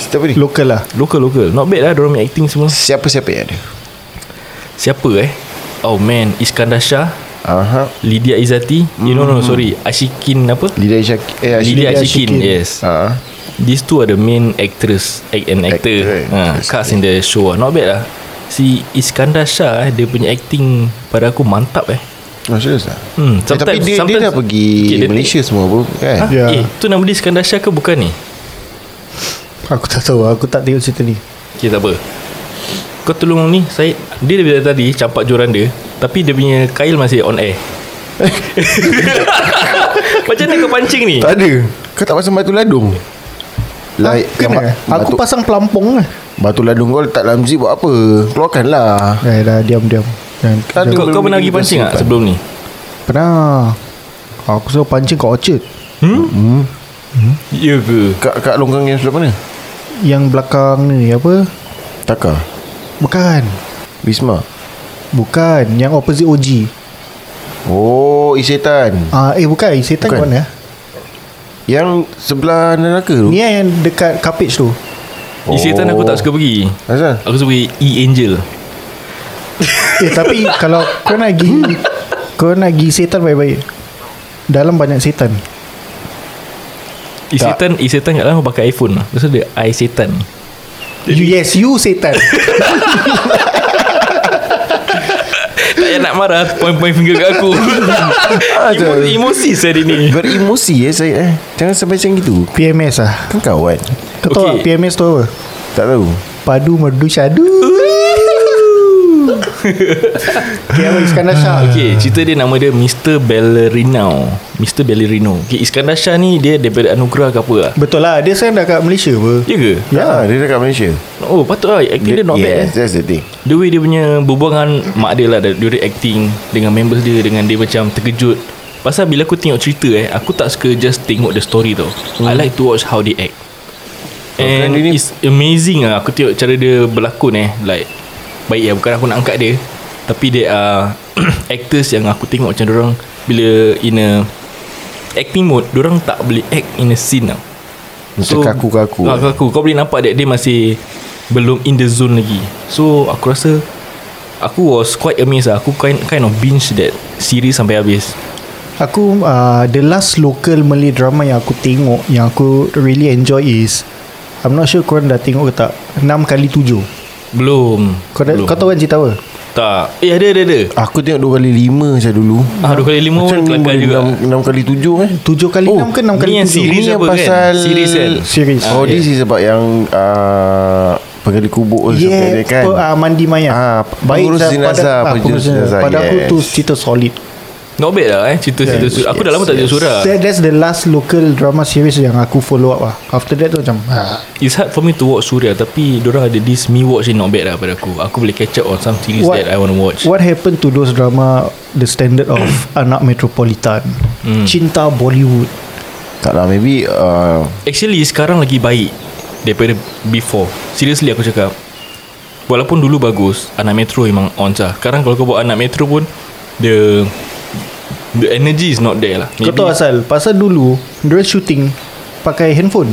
Speaker 4: Cerita apa ni?
Speaker 3: Local lah
Speaker 2: Local local Not bad lah Diorang punya acting semua
Speaker 4: Siapa-siapa yang ada
Speaker 2: Siapa eh Oh man Iskandar Shah
Speaker 4: Aha
Speaker 2: Lydia Izzati mm. You know no sorry Ashikin apa
Speaker 4: Lidia Syakir Eh Ashley
Speaker 2: Lydia
Speaker 3: Lydia
Speaker 2: Ashikin,
Speaker 3: Ashikin.
Speaker 2: Yes
Speaker 4: Ah,
Speaker 2: These two are the main actress act and actor,
Speaker 4: Actor,
Speaker 2: actor ha,
Speaker 4: actress.
Speaker 2: cast in the show ah. Not bad lah Si Iskandar Shah eh, Dia punya acting Pada aku mantap eh
Speaker 4: Oh serius lah
Speaker 2: Hmm,
Speaker 4: eh, Tapi
Speaker 2: sometimes-
Speaker 4: dia, dia
Speaker 2: sometimes-
Speaker 4: dah pergi
Speaker 2: Okay, dia-
Speaker 4: Malaysia semua bro Kan
Speaker 2: ha?
Speaker 3: Ya.
Speaker 2: yeah. Eh tu nama dia Iskandar Shah ke bukan ni
Speaker 3: Aku tak tahu Aku tak tengok cerita ni
Speaker 2: Okay tak apa Kau tolong ni Syed Dia dari tadi Campak joran dia Tapi dia punya kail masih on air [laughs] Macam mana kau pancing ni
Speaker 4: Tak ada Kau tak pasang batu ladung Lai,
Speaker 3: Kena eh? Aku
Speaker 4: batu,
Speaker 3: pasang pelampung lah
Speaker 4: batu ladung kau letak dalam zip buat apa Keluarkan lah
Speaker 3: Eh dah diam-diam Jangan-
Speaker 4: Tak ada.
Speaker 2: Kau, kau
Speaker 4: Belum
Speaker 2: pernah
Speaker 4: lagi
Speaker 2: pergi pancing tak
Speaker 4: pancing.
Speaker 2: sebelum ni
Speaker 3: Pernah Ah, Aku suruh pancing kat Orchard
Speaker 2: Ya ke
Speaker 4: Kat, kat longkang yang sebelah mana?
Speaker 3: Yang belakang ni Apa
Speaker 4: Taka
Speaker 3: Bukan
Speaker 4: Wisma
Speaker 3: Bukan Yang opposite OG
Speaker 4: Oh Isetan
Speaker 3: Ah, Eh bukan Setan
Speaker 4: Bukan.
Speaker 3: kat mana
Speaker 4: Yang sebelah neraka tu
Speaker 3: Ni ah, yang dekat Kapage tu
Speaker 2: oh. Isetan aku tak suka pergi
Speaker 4: Asal?
Speaker 2: Aku suka pergi E-Angel
Speaker 3: Eh [laughs] tapi Kalau kau nak pergi Kau nak pergi setan baik-baik Dalam banyak setan
Speaker 2: Isetan Isetan kat dalam pakai iPhone lah Lepas tu dia Isetan
Speaker 3: You yes you [laughs] setan
Speaker 2: Tak payah nak marah Point-point finger kat
Speaker 4: [laughs]
Speaker 2: aku Emo- Emosi saya hari ni
Speaker 4: Beremosi eh Syed eh Jangan sampai macam gitu
Speaker 3: PMS lah
Speaker 4: Kan kawan
Speaker 3: Kau tahu
Speaker 2: Okay.
Speaker 3: tak PMS tu apa
Speaker 4: Tak tahu
Speaker 3: Padu merdu [laughs] syadu Okay apa Iskandar Shah
Speaker 2: Okay cerita dia nama dia Mr. Ballerino Mr. Ballerino okay, Iskandar Shah ni Dia daripada anugerah ke apa lah
Speaker 3: Betul lah Dia sekarang dah kat Malaysia apa
Speaker 2: Ya ke?
Speaker 4: Ya, dia dekat Malaysia.
Speaker 2: Oh patut lah Acting dia, dia not
Speaker 4: yes,
Speaker 2: bad eh.
Speaker 4: that's the thing.
Speaker 2: The way dia punya Berbual dengan mak dia lah Dia dia acting Dengan members dia Dengan dia macam terkejut Pasal bila aku tengok cerita eh Aku tak suka just tengok the story tau I like to watch how they act And
Speaker 4: kan Hmm. dia ni-
Speaker 2: it's amazing lah Aku tengok cara dia berlakon eh Like Baik ya Bukan aku nak angkat dia Tapi dia are [clears throat] Actors yang aku tengok macam orang Bila in a Acting mode orang tak boleh act in a scene tau
Speaker 4: Macam kaku-kaku.
Speaker 2: ah, kaku Kau boleh nampak that dia masih Belum in the zone lagi So aku rasa Aku was quite amazed lah Aku kind, kind of binge that Series sampai habis
Speaker 3: Aku uh, The last local Malay drama Yang aku tengok Yang aku really enjoy is I'm not sure korang dah tengok ke tak 6 kali 7
Speaker 2: Belum
Speaker 3: Kau, dah,
Speaker 2: Belum.
Speaker 3: kau tahu kan cerita apa
Speaker 2: Tak Eh ada ada ada
Speaker 4: Aku tengok dua kali lima saya dulu.
Speaker 2: Ah, dua kali lima pun kelakar juga.
Speaker 4: enam, enam kali tujuh eh.
Speaker 3: 7 kali
Speaker 4: Oh,
Speaker 3: 6 ke 6 kali
Speaker 2: ni yang
Speaker 3: 7
Speaker 2: Series
Speaker 4: Ini yang
Speaker 2: apa kan?
Speaker 4: pasal
Speaker 2: Series kan?
Speaker 3: Series.
Speaker 4: Oh,
Speaker 2: Ah,
Speaker 4: this is about yang uh, penggali
Speaker 2: Oh,
Speaker 4: kubur tu
Speaker 3: Yeah,
Speaker 4: sampai dia kan.
Speaker 3: pe- ah, mandi mayat.
Speaker 4: Ah, pengurus
Speaker 3: dah-
Speaker 4: jenazah,
Speaker 3: pada, ah, pengurus jenazah. Pada aku tu cerita solid.
Speaker 2: Not bad lah eh Cerita-cerita
Speaker 4: Yes,
Speaker 2: yes, Aku dah
Speaker 4: yes,
Speaker 2: lama tak tengok
Speaker 4: yes.
Speaker 2: surah
Speaker 3: That, that's the last local drama series yang aku follow up lah. After that tu macam ah.
Speaker 2: It's hard for me to watch Suria Tapi Diorang ada this Me watch ni not bad lah pada aku Aku boleh catch up on some series
Speaker 3: What-
Speaker 2: That I want to watch
Speaker 3: What happened to those drama The standard
Speaker 2: [coughs]
Speaker 3: of Anak Metropolitan
Speaker 2: Hmm.
Speaker 3: Cinta Bollywood
Speaker 4: Tak lah, maybe uh,
Speaker 2: Actually sekarang lagi baik Daripada before Seriously aku cakap Walaupun dulu bagus Anak Metro memang on sah Sekarang kalau kau buat Anak Metro pun The The energy is not there lah
Speaker 3: Kau tahu asal Pasal dulu Mereka shooting Pakai handphone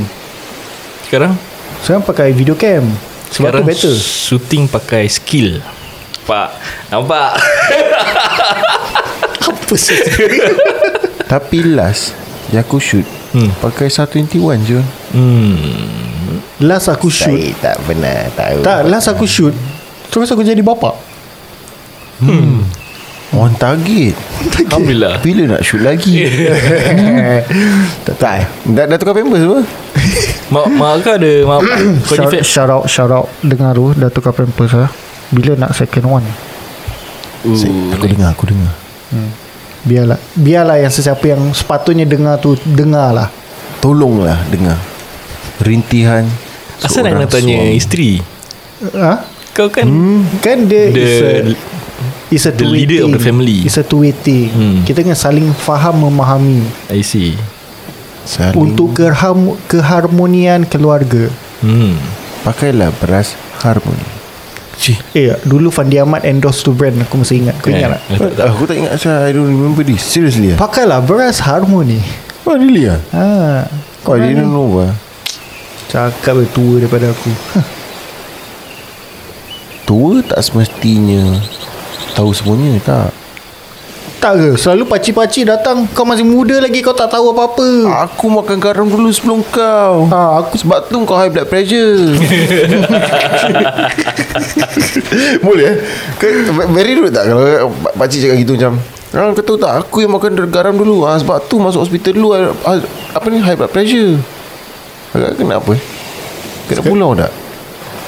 Speaker 2: Sekarang
Speaker 3: Sekarang pakai video cam Sebab
Speaker 2: Sekarang
Speaker 3: tu
Speaker 2: [laughs]
Speaker 3: better
Speaker 2: shooting pakai skill Pak Nampak
Speaker 3: Apa sih
Speaker 4: tapi last yang aku shoot
Speaker 2: Hmm.
Speaker 4: pakai 121 je.
Speaker 3: Last aku shoot
Speaker 4: tak pernah tahu.
Speaker 3: Tak lah. last aku shoot Terus aku jadi bapak
Speaker 4: On target.
Speaker 2: Alhamdulillah
Speaker 4: Bila nak
Speaker 2: [laughs]
Speaker 4: shoot lagi? tak tak. eh. Dah, dah tukar pampers apa?
Speaker 2: Mak, mak kau ada mak, Kau ni
Speaker 3: shout,
Speaker 2: fat
Speaker 3: shout out Shout out Dengar tu Dah tukar pampers lah Bila nak second one
Speaker 2: Ooh,
Speaker 4: Aku dengar, aku dengar.
Speaker 3: Biarlah Biarlah yang sesiapa yang Sepatutnya dengar tu Dengar lah
Speaker 4: Tolonglah dengar Rintihan
Speaker 2: Asal nak kena
Speaker 4: seorang
Speaker 2: tanya
Speaker 4: suami.
Speaker 2: isteri
Speaker 3: ha?
Speaker 2: Kau kan hmm.
Speaker 3: Kan dia
Speaker 2: The
Speaker 3: is a- It's a
Speaker 2: the
Speaker 3: two-way
Speaker 2: leader of
Speaker 3: thing.
Speaker 2: the family.
Speaker 3: It's a two-way thing
Speaker 2: Hmm.
Speaker 3: Kita kena saling faham memahami
Speaker 2: I see
Speaker 4: Saling
Speaker 3: Untuk keharm- keharmonian keluarga
Speaker 2: Hmm
Speaker 4: Pakailah beras harmoni
Speaker 2: Cih.
Speaker 3: Eh dulu Fandi Ahmad endorse tu brand Aku masih ingat Kau
Speaker 2: Eh,
Speaker 3: ingat tak?
Speaker 2: eh, tak tahu.
Speaker 4: Aku tak ingat saya I don't remember this Seriously ah?
Speaker 3: Pakailah beras harmoni
Speaker 4: Oh really ah?
Speaker 3: ha,
Speaker 4: Oh I didn't know ah.
Speaker 3: Cakap lebih tua daripada aku Ha,
Speaker 4: Tua tak semestinya Tahu semuanya tak
Speaker 3: Tak ke? Selalu pakcik-pakcik datang Kau masih muda lagi Kau tak tahu apa-apa
Speaker 4: Aku makan garam dulu sebelum kau
Speaker 3: Ah,
Speaker 4: Ha, aku Sebab tu kau high blood pressure [laughs] Boleh eh Kau- Very rude tak Kalau pak- pakcik cakap gitu macam Ah, kau tahu tak Aku yang makan garam dulu ah, Sebab tu masuk hospital dulu ah, ah, Apa ni high blood pressure Agak kena apa eh? Kena pulau tak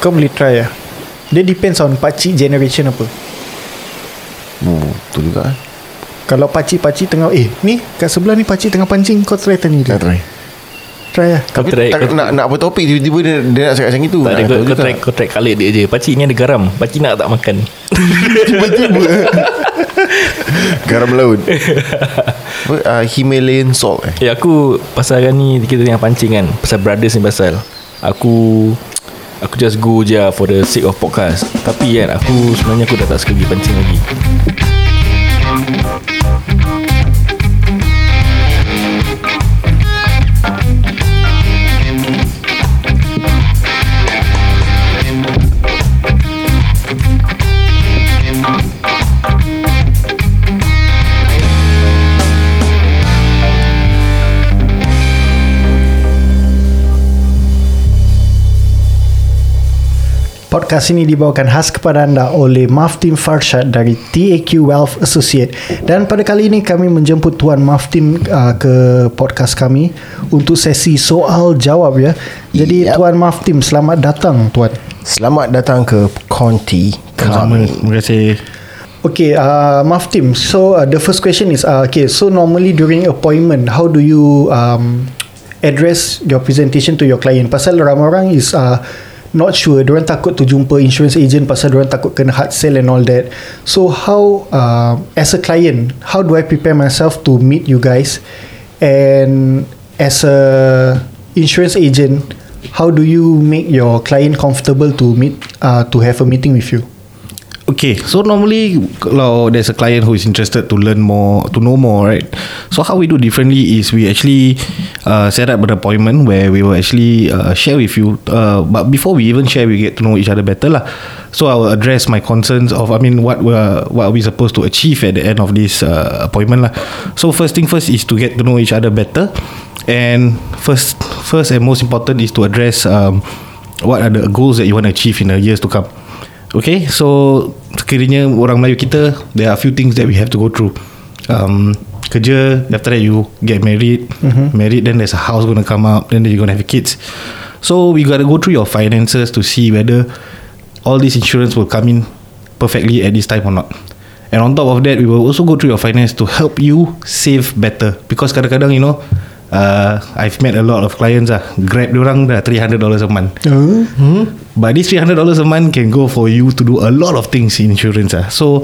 Speaker 3: Kau boleh try lah Dia depends on pakcik generation apa
Speaker 4: Hmm, betul juga eh.
Speaker 3: Kalau pakcik-pakcik tengah Eh ni kat sebelah ni pakcik tengah pancing Kau try tani dia
Speaker 4: Nak try
Speaker 3: Try lah
Speaker 2: Kau try
Speaker 4: tak,
Speaker 2: kau-
Speaker 4: nak, nak apa topik Tiba-tiba dia, dia nak cakap macam itu
Speaker 2: tak ada kau, kau try kau try kali dia je. Pakcik ni ada garam. Pakcik nak tak makan.
Speaker 4: Tiba-tiba Garam laut Apa, uh, Himalayan salt eh
Speaker 2: Eh aku pasal kan ni kita tengah pancing kan pasal brothers ni pasal. Aku aku just go je lah for the sake of podcast. Tapi kan aku sebenarnya aku dah tak suka pergi pancing lagi.
Speaker 3: Podcast ini dibawakan khas kepada anda oleh Maftin Farshad dari TAQ Wealth Associate dan pada kali ini kami menjemput Tuan Maftin uh, ke podcast kami untuk sesi soal jawab ya. Jadi
Speaker 4: Yap.
Speaker 3: Tuan Maftin selamat datang Tuan.
Speaker 4: Selamat datang ke Conti
Speaker 6: Sama,
Speaker 4: Kami
Speaker 6: terima kasih.
Speaker 3: Okay, uh, Maftin. So uh, the first question is uh, okay. So normally during appointment, how do you um, address your presentation to your client? Pasal ramai orang is uh, not sure. Diorang takut tu jumpa insurance agent pasal diorang takut kena hard sell and all that. So how uh, as a client, how do I prepare myself to meet you guys? And as a insurance agent, how do you make your client comfortable to meet uh, to have a meeting with you?
Speaker 6: Okay, so normally kalau there's a client who is interested to learn more, to know more, right? So how we do differently is we actually uh, set up an appointment where we will actually uh, share with you. Uh, but before we even share, we get to know each other better lah. So I will address my concerns of, I mean, what we're, what are we supposed to achieve at the end of this uh, appointment lah. So first thing first is to get to know each other better, and first, first and most important is to address um, what are the goals that you want to achieve in the years to come. Okay so Sekiranya orang Melayu kita There are a few things that we have to go through um, Kerja After that you get married mm-hmm. Married then there's a house gonna come up Then you're gonna have kids So we gotta go through your finances To see whether All this insurance will come in Perfectly at this time or not And on top of that We will also go through your finance To help you save better Because kadang-kadang you know uh, I've met a lot of clients ah Grab diorang dah $300 a month Hmm? But this $300 a month can go for you to do a lot of things in insurance ah. So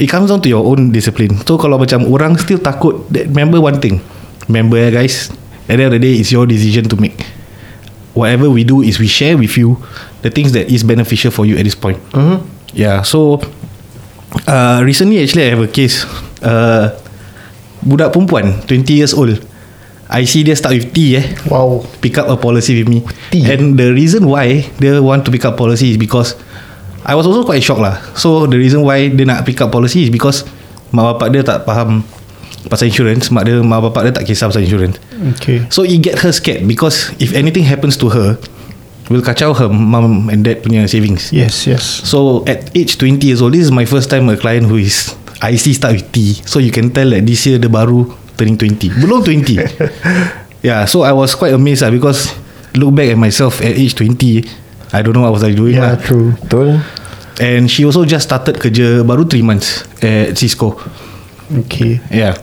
Speaker 6: it comes down to your own discipline. So kalau macam orang still takut, that- remember one thing. Remember eh guys, at the end of the day it's your decision to make. Whatever we do is we share with you the things that is beneficial for you at this point. Mm-hmm. Yeah, so uh, recently actually I have a case. Uh, budak perempuan 20 years old. I see dia start with T eh
Speaker 3: Wow.
Speaker 6: pick up a policy with me. And the reason why they want to pick up policy is because I was also quite shocked lah. So the reason why dia nak pick up policy is because mak bapak dia tak faham pasal insurance, mak dia mak bapak dia tak kisah pasal insurance.
Speaker 3: Okay.
Speaker 6: So it get her scared because if anything happens to her, will kacau her mum and dad punya savings.
Speaker 3: Yes, yes.
Speaker 6: So at age 20 years old, this is my first time a client who is IC start with T. So you can tell that this year dia baru turning 20. Belum
Speaker 3: [laughs]
Speaker 6: 20. yeah, so I was quite amazed lah because look back at myself at age 20, I don't know what was I doing
Speaker 3: Yeah,
Speaker 6: lah.
Speaker 3: true.
Speaker 4: Betul
Speaker 6: And she also just started kerja baru 3 months at Cisco.
Speaker 3: Okay.
Speaker 6: Yeah.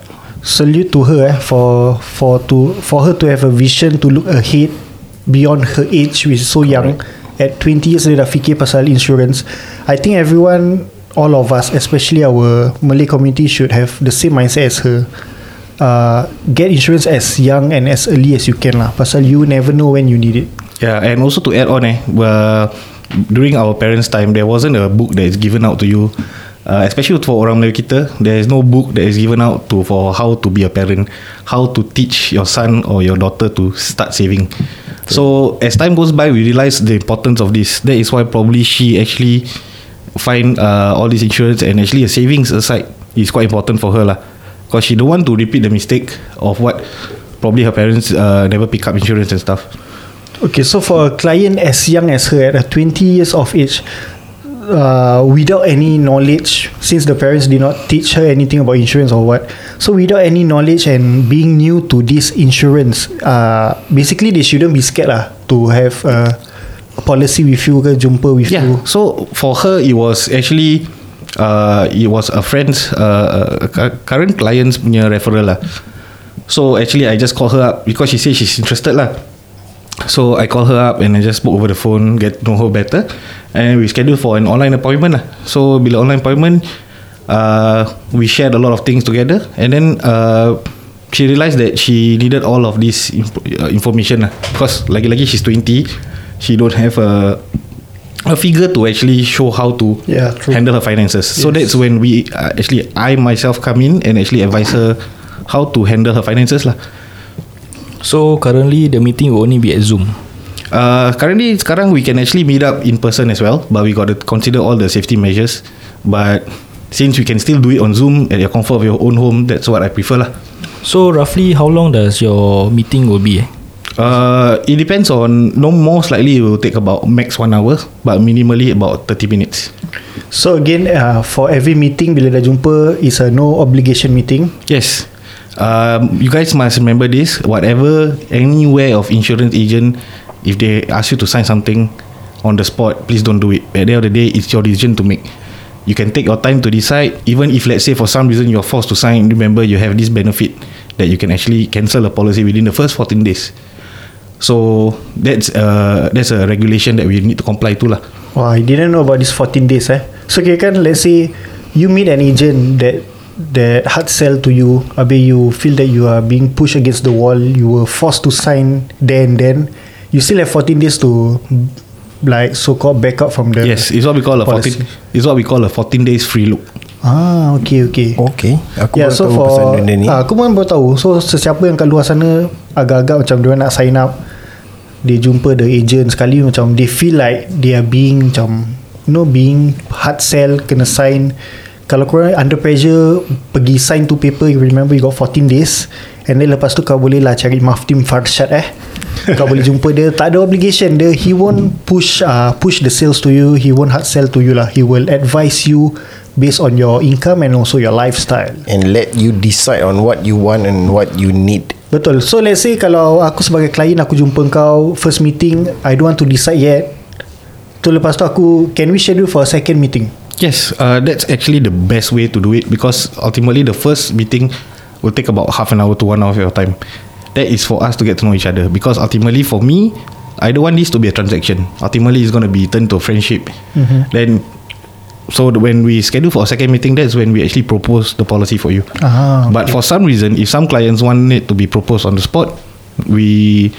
Speaker 3: Salute to her eh for for to for her to have a vision to look ahead beyond her age which is so young. At 20 years dia dah fikir pasal insurance. I think everyone all of us especially our Malay community should have the same mindset as her. Uh, get insurance as young and as early as you can lah pasal you never know when you need it.
Speaker 6: Yeah, and also to add on eh, uh, during our parents' time, there wasn't a book that is given out to you. Uh, especially for orang Melayu kita, there is no book that is given out to for how to be a parent, how to teach your son or your daughter to start saving. So as time goes by, we realize the importance of this. That is why probably she actually find uh, all this insurance and actually a savings aside is quite important for her lah. Because she don't want to repeat the mistake of what probably her parents uh, never pick up insurance and stuff.
Speaker 3: Okay, so for a client as young as her at uh, 20 years of age, uh, without any knowledge, since the parents did not teach her anything about insurance or what, so without any knowledge and being new to this insurance, uh, basically they shouldn't be scared lah to have a policy with you ke jumpa with you.
Speaker 6: Yeah. So for her, it was actually uh, it was a friend's uh, uh, cu- current client's punya referral lah. So actually, I just call her up because she said she's interested lah. So I call her up and I just spoke over the phone, get to know her better, and we schedule for an online appointment lah. So bila online appointment, uh, we shared a lot of things together, and then uh, she realised that she needed all of this imp- uh, information lah. Because lagi-lagi she's 20, she don't have a a figure to actually show how to
Speaker 3: Yeah, true.
Speaker 6: handle her finances. So that's when we uh, actually I myself come in and actually advise her how to handle her finances lah.
Speaker 2: So currently the meeting will only be at Zoom.
Speaker 6: Uh, currently sekarang we can actually meet up in person as well, but we got to consider all the safety measures. But since we can still do it on Zoom at your comfort of your own home, that's what I prefer lah.
Speaker 2: So roughly how long does your meeting will be? Eh?
Speaker 6: Uh, it depends on no most likely it will take about max one hour, but minimally about 30 minutes.
Speaker 3: So again, uh, for every meeting bila dah jumpa is a no obligation meeting.
Speaker 6: Yes. Um, you guys must remember this. Whatever anywhere of insurance agent, if they ask you to sign something on the spot, please don't do it. At the end of the day, it's your decision to make. You can take your time to decide. Even if let's say for some reason you're forced to sign, remember you have this benefit that you can actually cancel a policy within the first 14 days. So that's uh that's a regulation that we need to comply to lah.
Speaker 3: Wow, I didn't know about this 14 days eh. So kira kan let's say you meet an agent that that hard sell to you, abis you feel that you are being pushed against the wall, you were forced to sign there and then, you still have 14 days to like so called back up from the
Speaker 6: Yes, it's what we call a 14
Speaker 3: Policy.
Speaker 6: it's what we call a 14 days free look.
Speaker 3: Ah, okay okay.
Speaker 4: Okay Aku
Speaker 3: yeah, Ya,
Speaker 4: baru
Speaker 3: so
Speaker 4: tahu
Speaker 3: for
Speaker 4: pasal benda ni
Speaker 3: ah, aku pun baru tahu. So sesiapa yang kat luar sana agak-agak macam dia nak sign up, dia jumpa the agent sekali macam they feel like they are being macam you know being hard sell kena sign. Kalau korang under pressure pergi sign two paper you remember you got 14 days and then lepas tu kau boleh lah cari Maftim Farshad eh. kau boleh jumpa dia tak ada obligation dia he won't push uh, push the sales to you he won't hard sell to you lah he will advise you based on your income and also your lifestyle
Speaker 4: And let you decide on what you want And what you need
Speaker 3: Betul. So let's say kalau aku sebagai klien aku jumpa kau first meeting, I don't want to decide yet. Tu lepas tu aku can we schedule for a second meeting?
Speaker 6: Yes, uh, that's actually the best way to do it because ultimately the first meeting will take about half an hour to one hour of your time. That is for us to get to know each other because ultimately for me, I don't want this to be a transaction. Ultimately, it's going to be turned to friendship. Then, so the- when we schedule for a second meeting, that's when we actually propose the policy for you.
Speaker 3: Ah,
Speaker 6: But for some reason, if some clients want it to be proposed on the spot, we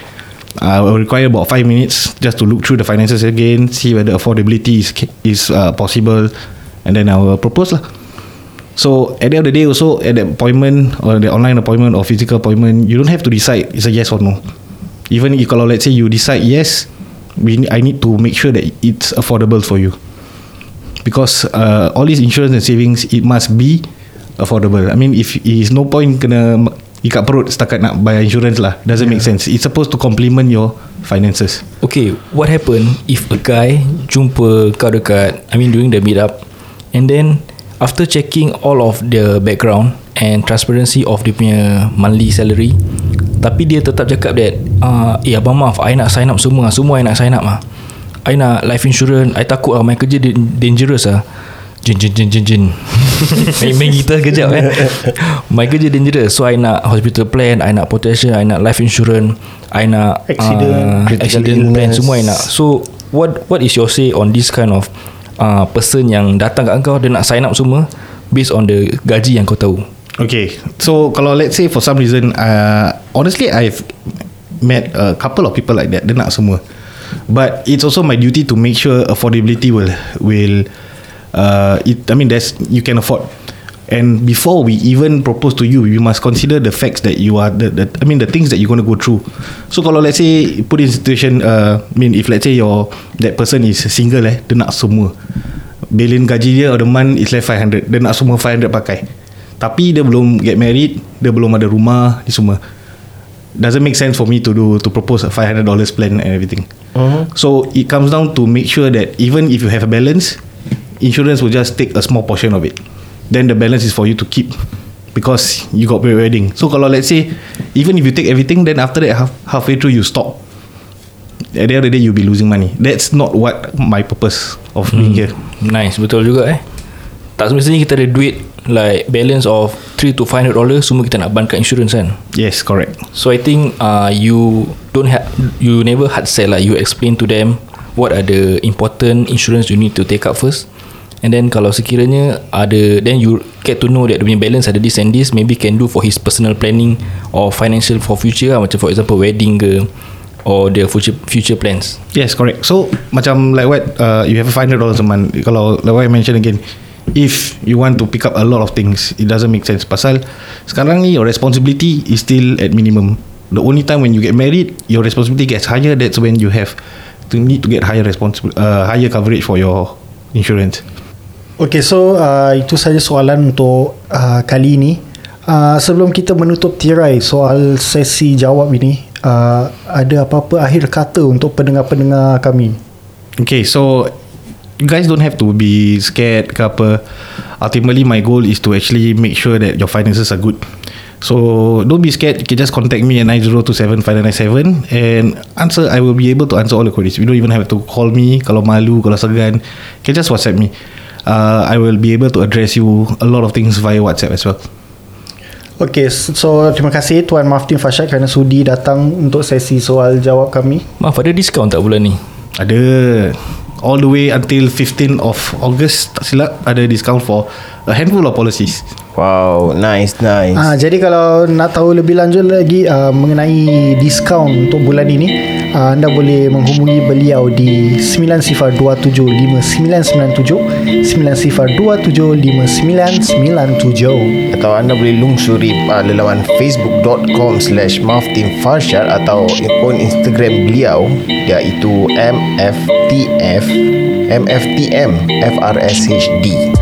Speaker 6: uh, will require about five minutes just to look through the finances again, see whether affordability is ca- is uh, possible, and then I will propose lah. So at the end of the day, also at the appointment or the online appointment or physical appointment, you don't have to decide it's a yes or no. Even if kalau let's say you decide yes, we I need to make sure that it's affordable for you because uh, all these insurance and savings it must be affordable. I mean, if is no point kena m- ikat perut setakat nak bayar insurance lah. Doesn't make sense. It's supposed to complement your finances.
Speaker 2: Okay, what happen if a guy jumpa kau dekat, I mean during the meet up and then after checking all of the background and transparency of dia punya monthly salary tapi dia tetap cakap that uh, eh abang maaf I nak sign up semua semua I nak sign up ah I nak life insurance I takut lah my kerja dan- dangerous ah Jin jin jin jin jin Main, main gitar kejap eh My kerja dangerous So I nak hospital plan I nak protection I nak life insurance I nak
Speaker 3: Accident,
Speaker 2: uh,
Speaker 4: critical
Speaker 2: accident plan
Speaker 4: illness.
Speaker 2: semua I nak So what what is your say on this kind of uh, person yang datang kat kau dia nak sign up semua based on the gaji yang kau tahu.
Speaker 6: Okay, so kalau let's say for some reason, uh, honestly I've met a couple of people like that. Dia nak semua. But it's also my duty to make sure affordability will will uh, it, I mean that's you can afford. And before we even propose to you, you must consider the facts that you are the, the I mean the things that you're going to go through. So kalau let's say put in situation uh, I mean if let's say your that person is single eh dia nak semua. Bilin gaji dia or the month is like 500. Dia nak semua 500 pakai. Tapi dia belum get married, dia belum ada rumah, ni semua doesn't make sense for me to do to propose a five hundred dollars plan and everything. So it comes down to make sure that even if you have a balance, insurance will just take a small portion of it. Then the balance is for you to keep because you got pre-wedding. So kalau let's say even if you take everything, then after that half, halfway through you stop. At the end of the day, you'll be losing money. That's not what my purpose of being here.
Speaker 2: Nice Betul juga eh Tak semestinya kita ada duit Like balance of 3 to 500 dollars Semua kita nak bankan insurance kan
Speaker 6: Yes, correct.
Speaker 2: So I think uh, you don't have you never hard sell lah. You explain to them what are the important insurance you need to take up first. And then kalau sekiranya ada then you get to know that dia punya balance ada this and this maybe can do for his personal planning or financial for future lah. macam for example wedding ke or the future future plans.
Speaker 6: Yes, correct. So macam like what uh, you have five hundred dollars a month. Kalau like what I mentioned again, if you want to pick up a lot of things, it doesn't make sense. Pasal sekarang ni your responsibility is still at minimum. The only time when you get married, your responsibility gets higher. That's when you have to need to get higher responsible, uh, higher coverage for your insurance.
Speaker 3: Okay so uh, Itu saja soalan untuk uh, Kali ini uh, Sebelum kita menutup tirai Soal sesi jawab ini uh, Ada apa-apa akhir kata Untuk pendengar-pendengar kami
Speaker 6: Okay, so you guys don't have to be scared ke apa. Ultimately, my goal is to actually make sure that your finances are good. So don't be scared. You can just contact me at 90275997 and answer. I will be able to answer all the queries. You don't even have to call me. Kalau malu, kalau segan, you can just WhatsApp me. Uh, I will be able to address you a lot of things via WhatsApp as well.
Speaker 3: Okay so terima kasih Tuan Maftin Fashad Kerana sudi datang Untuk sesi soal jawab kami
Speaker 2: Maaf ada diskaun tak bulan ni?
Speaker 6: Ada all the way until 15 of August tak silap ada discount for a handful of policies.
Speaker 4: Wow, nice, nice.
Speaker 3: Ah, jadi kalau nak tahu lebih lanjut lagi ah, mengenai diskaun untuk bulan ini, ah, anda boleh menghubungi beliau di 90275997 90275997.
Speaker 4: Atau anda boleh lungsuri uh, lelawan facebook.com slash Maftin Farshad atau pun Instagram beliau iaitu MFTF MFTM FRSHD.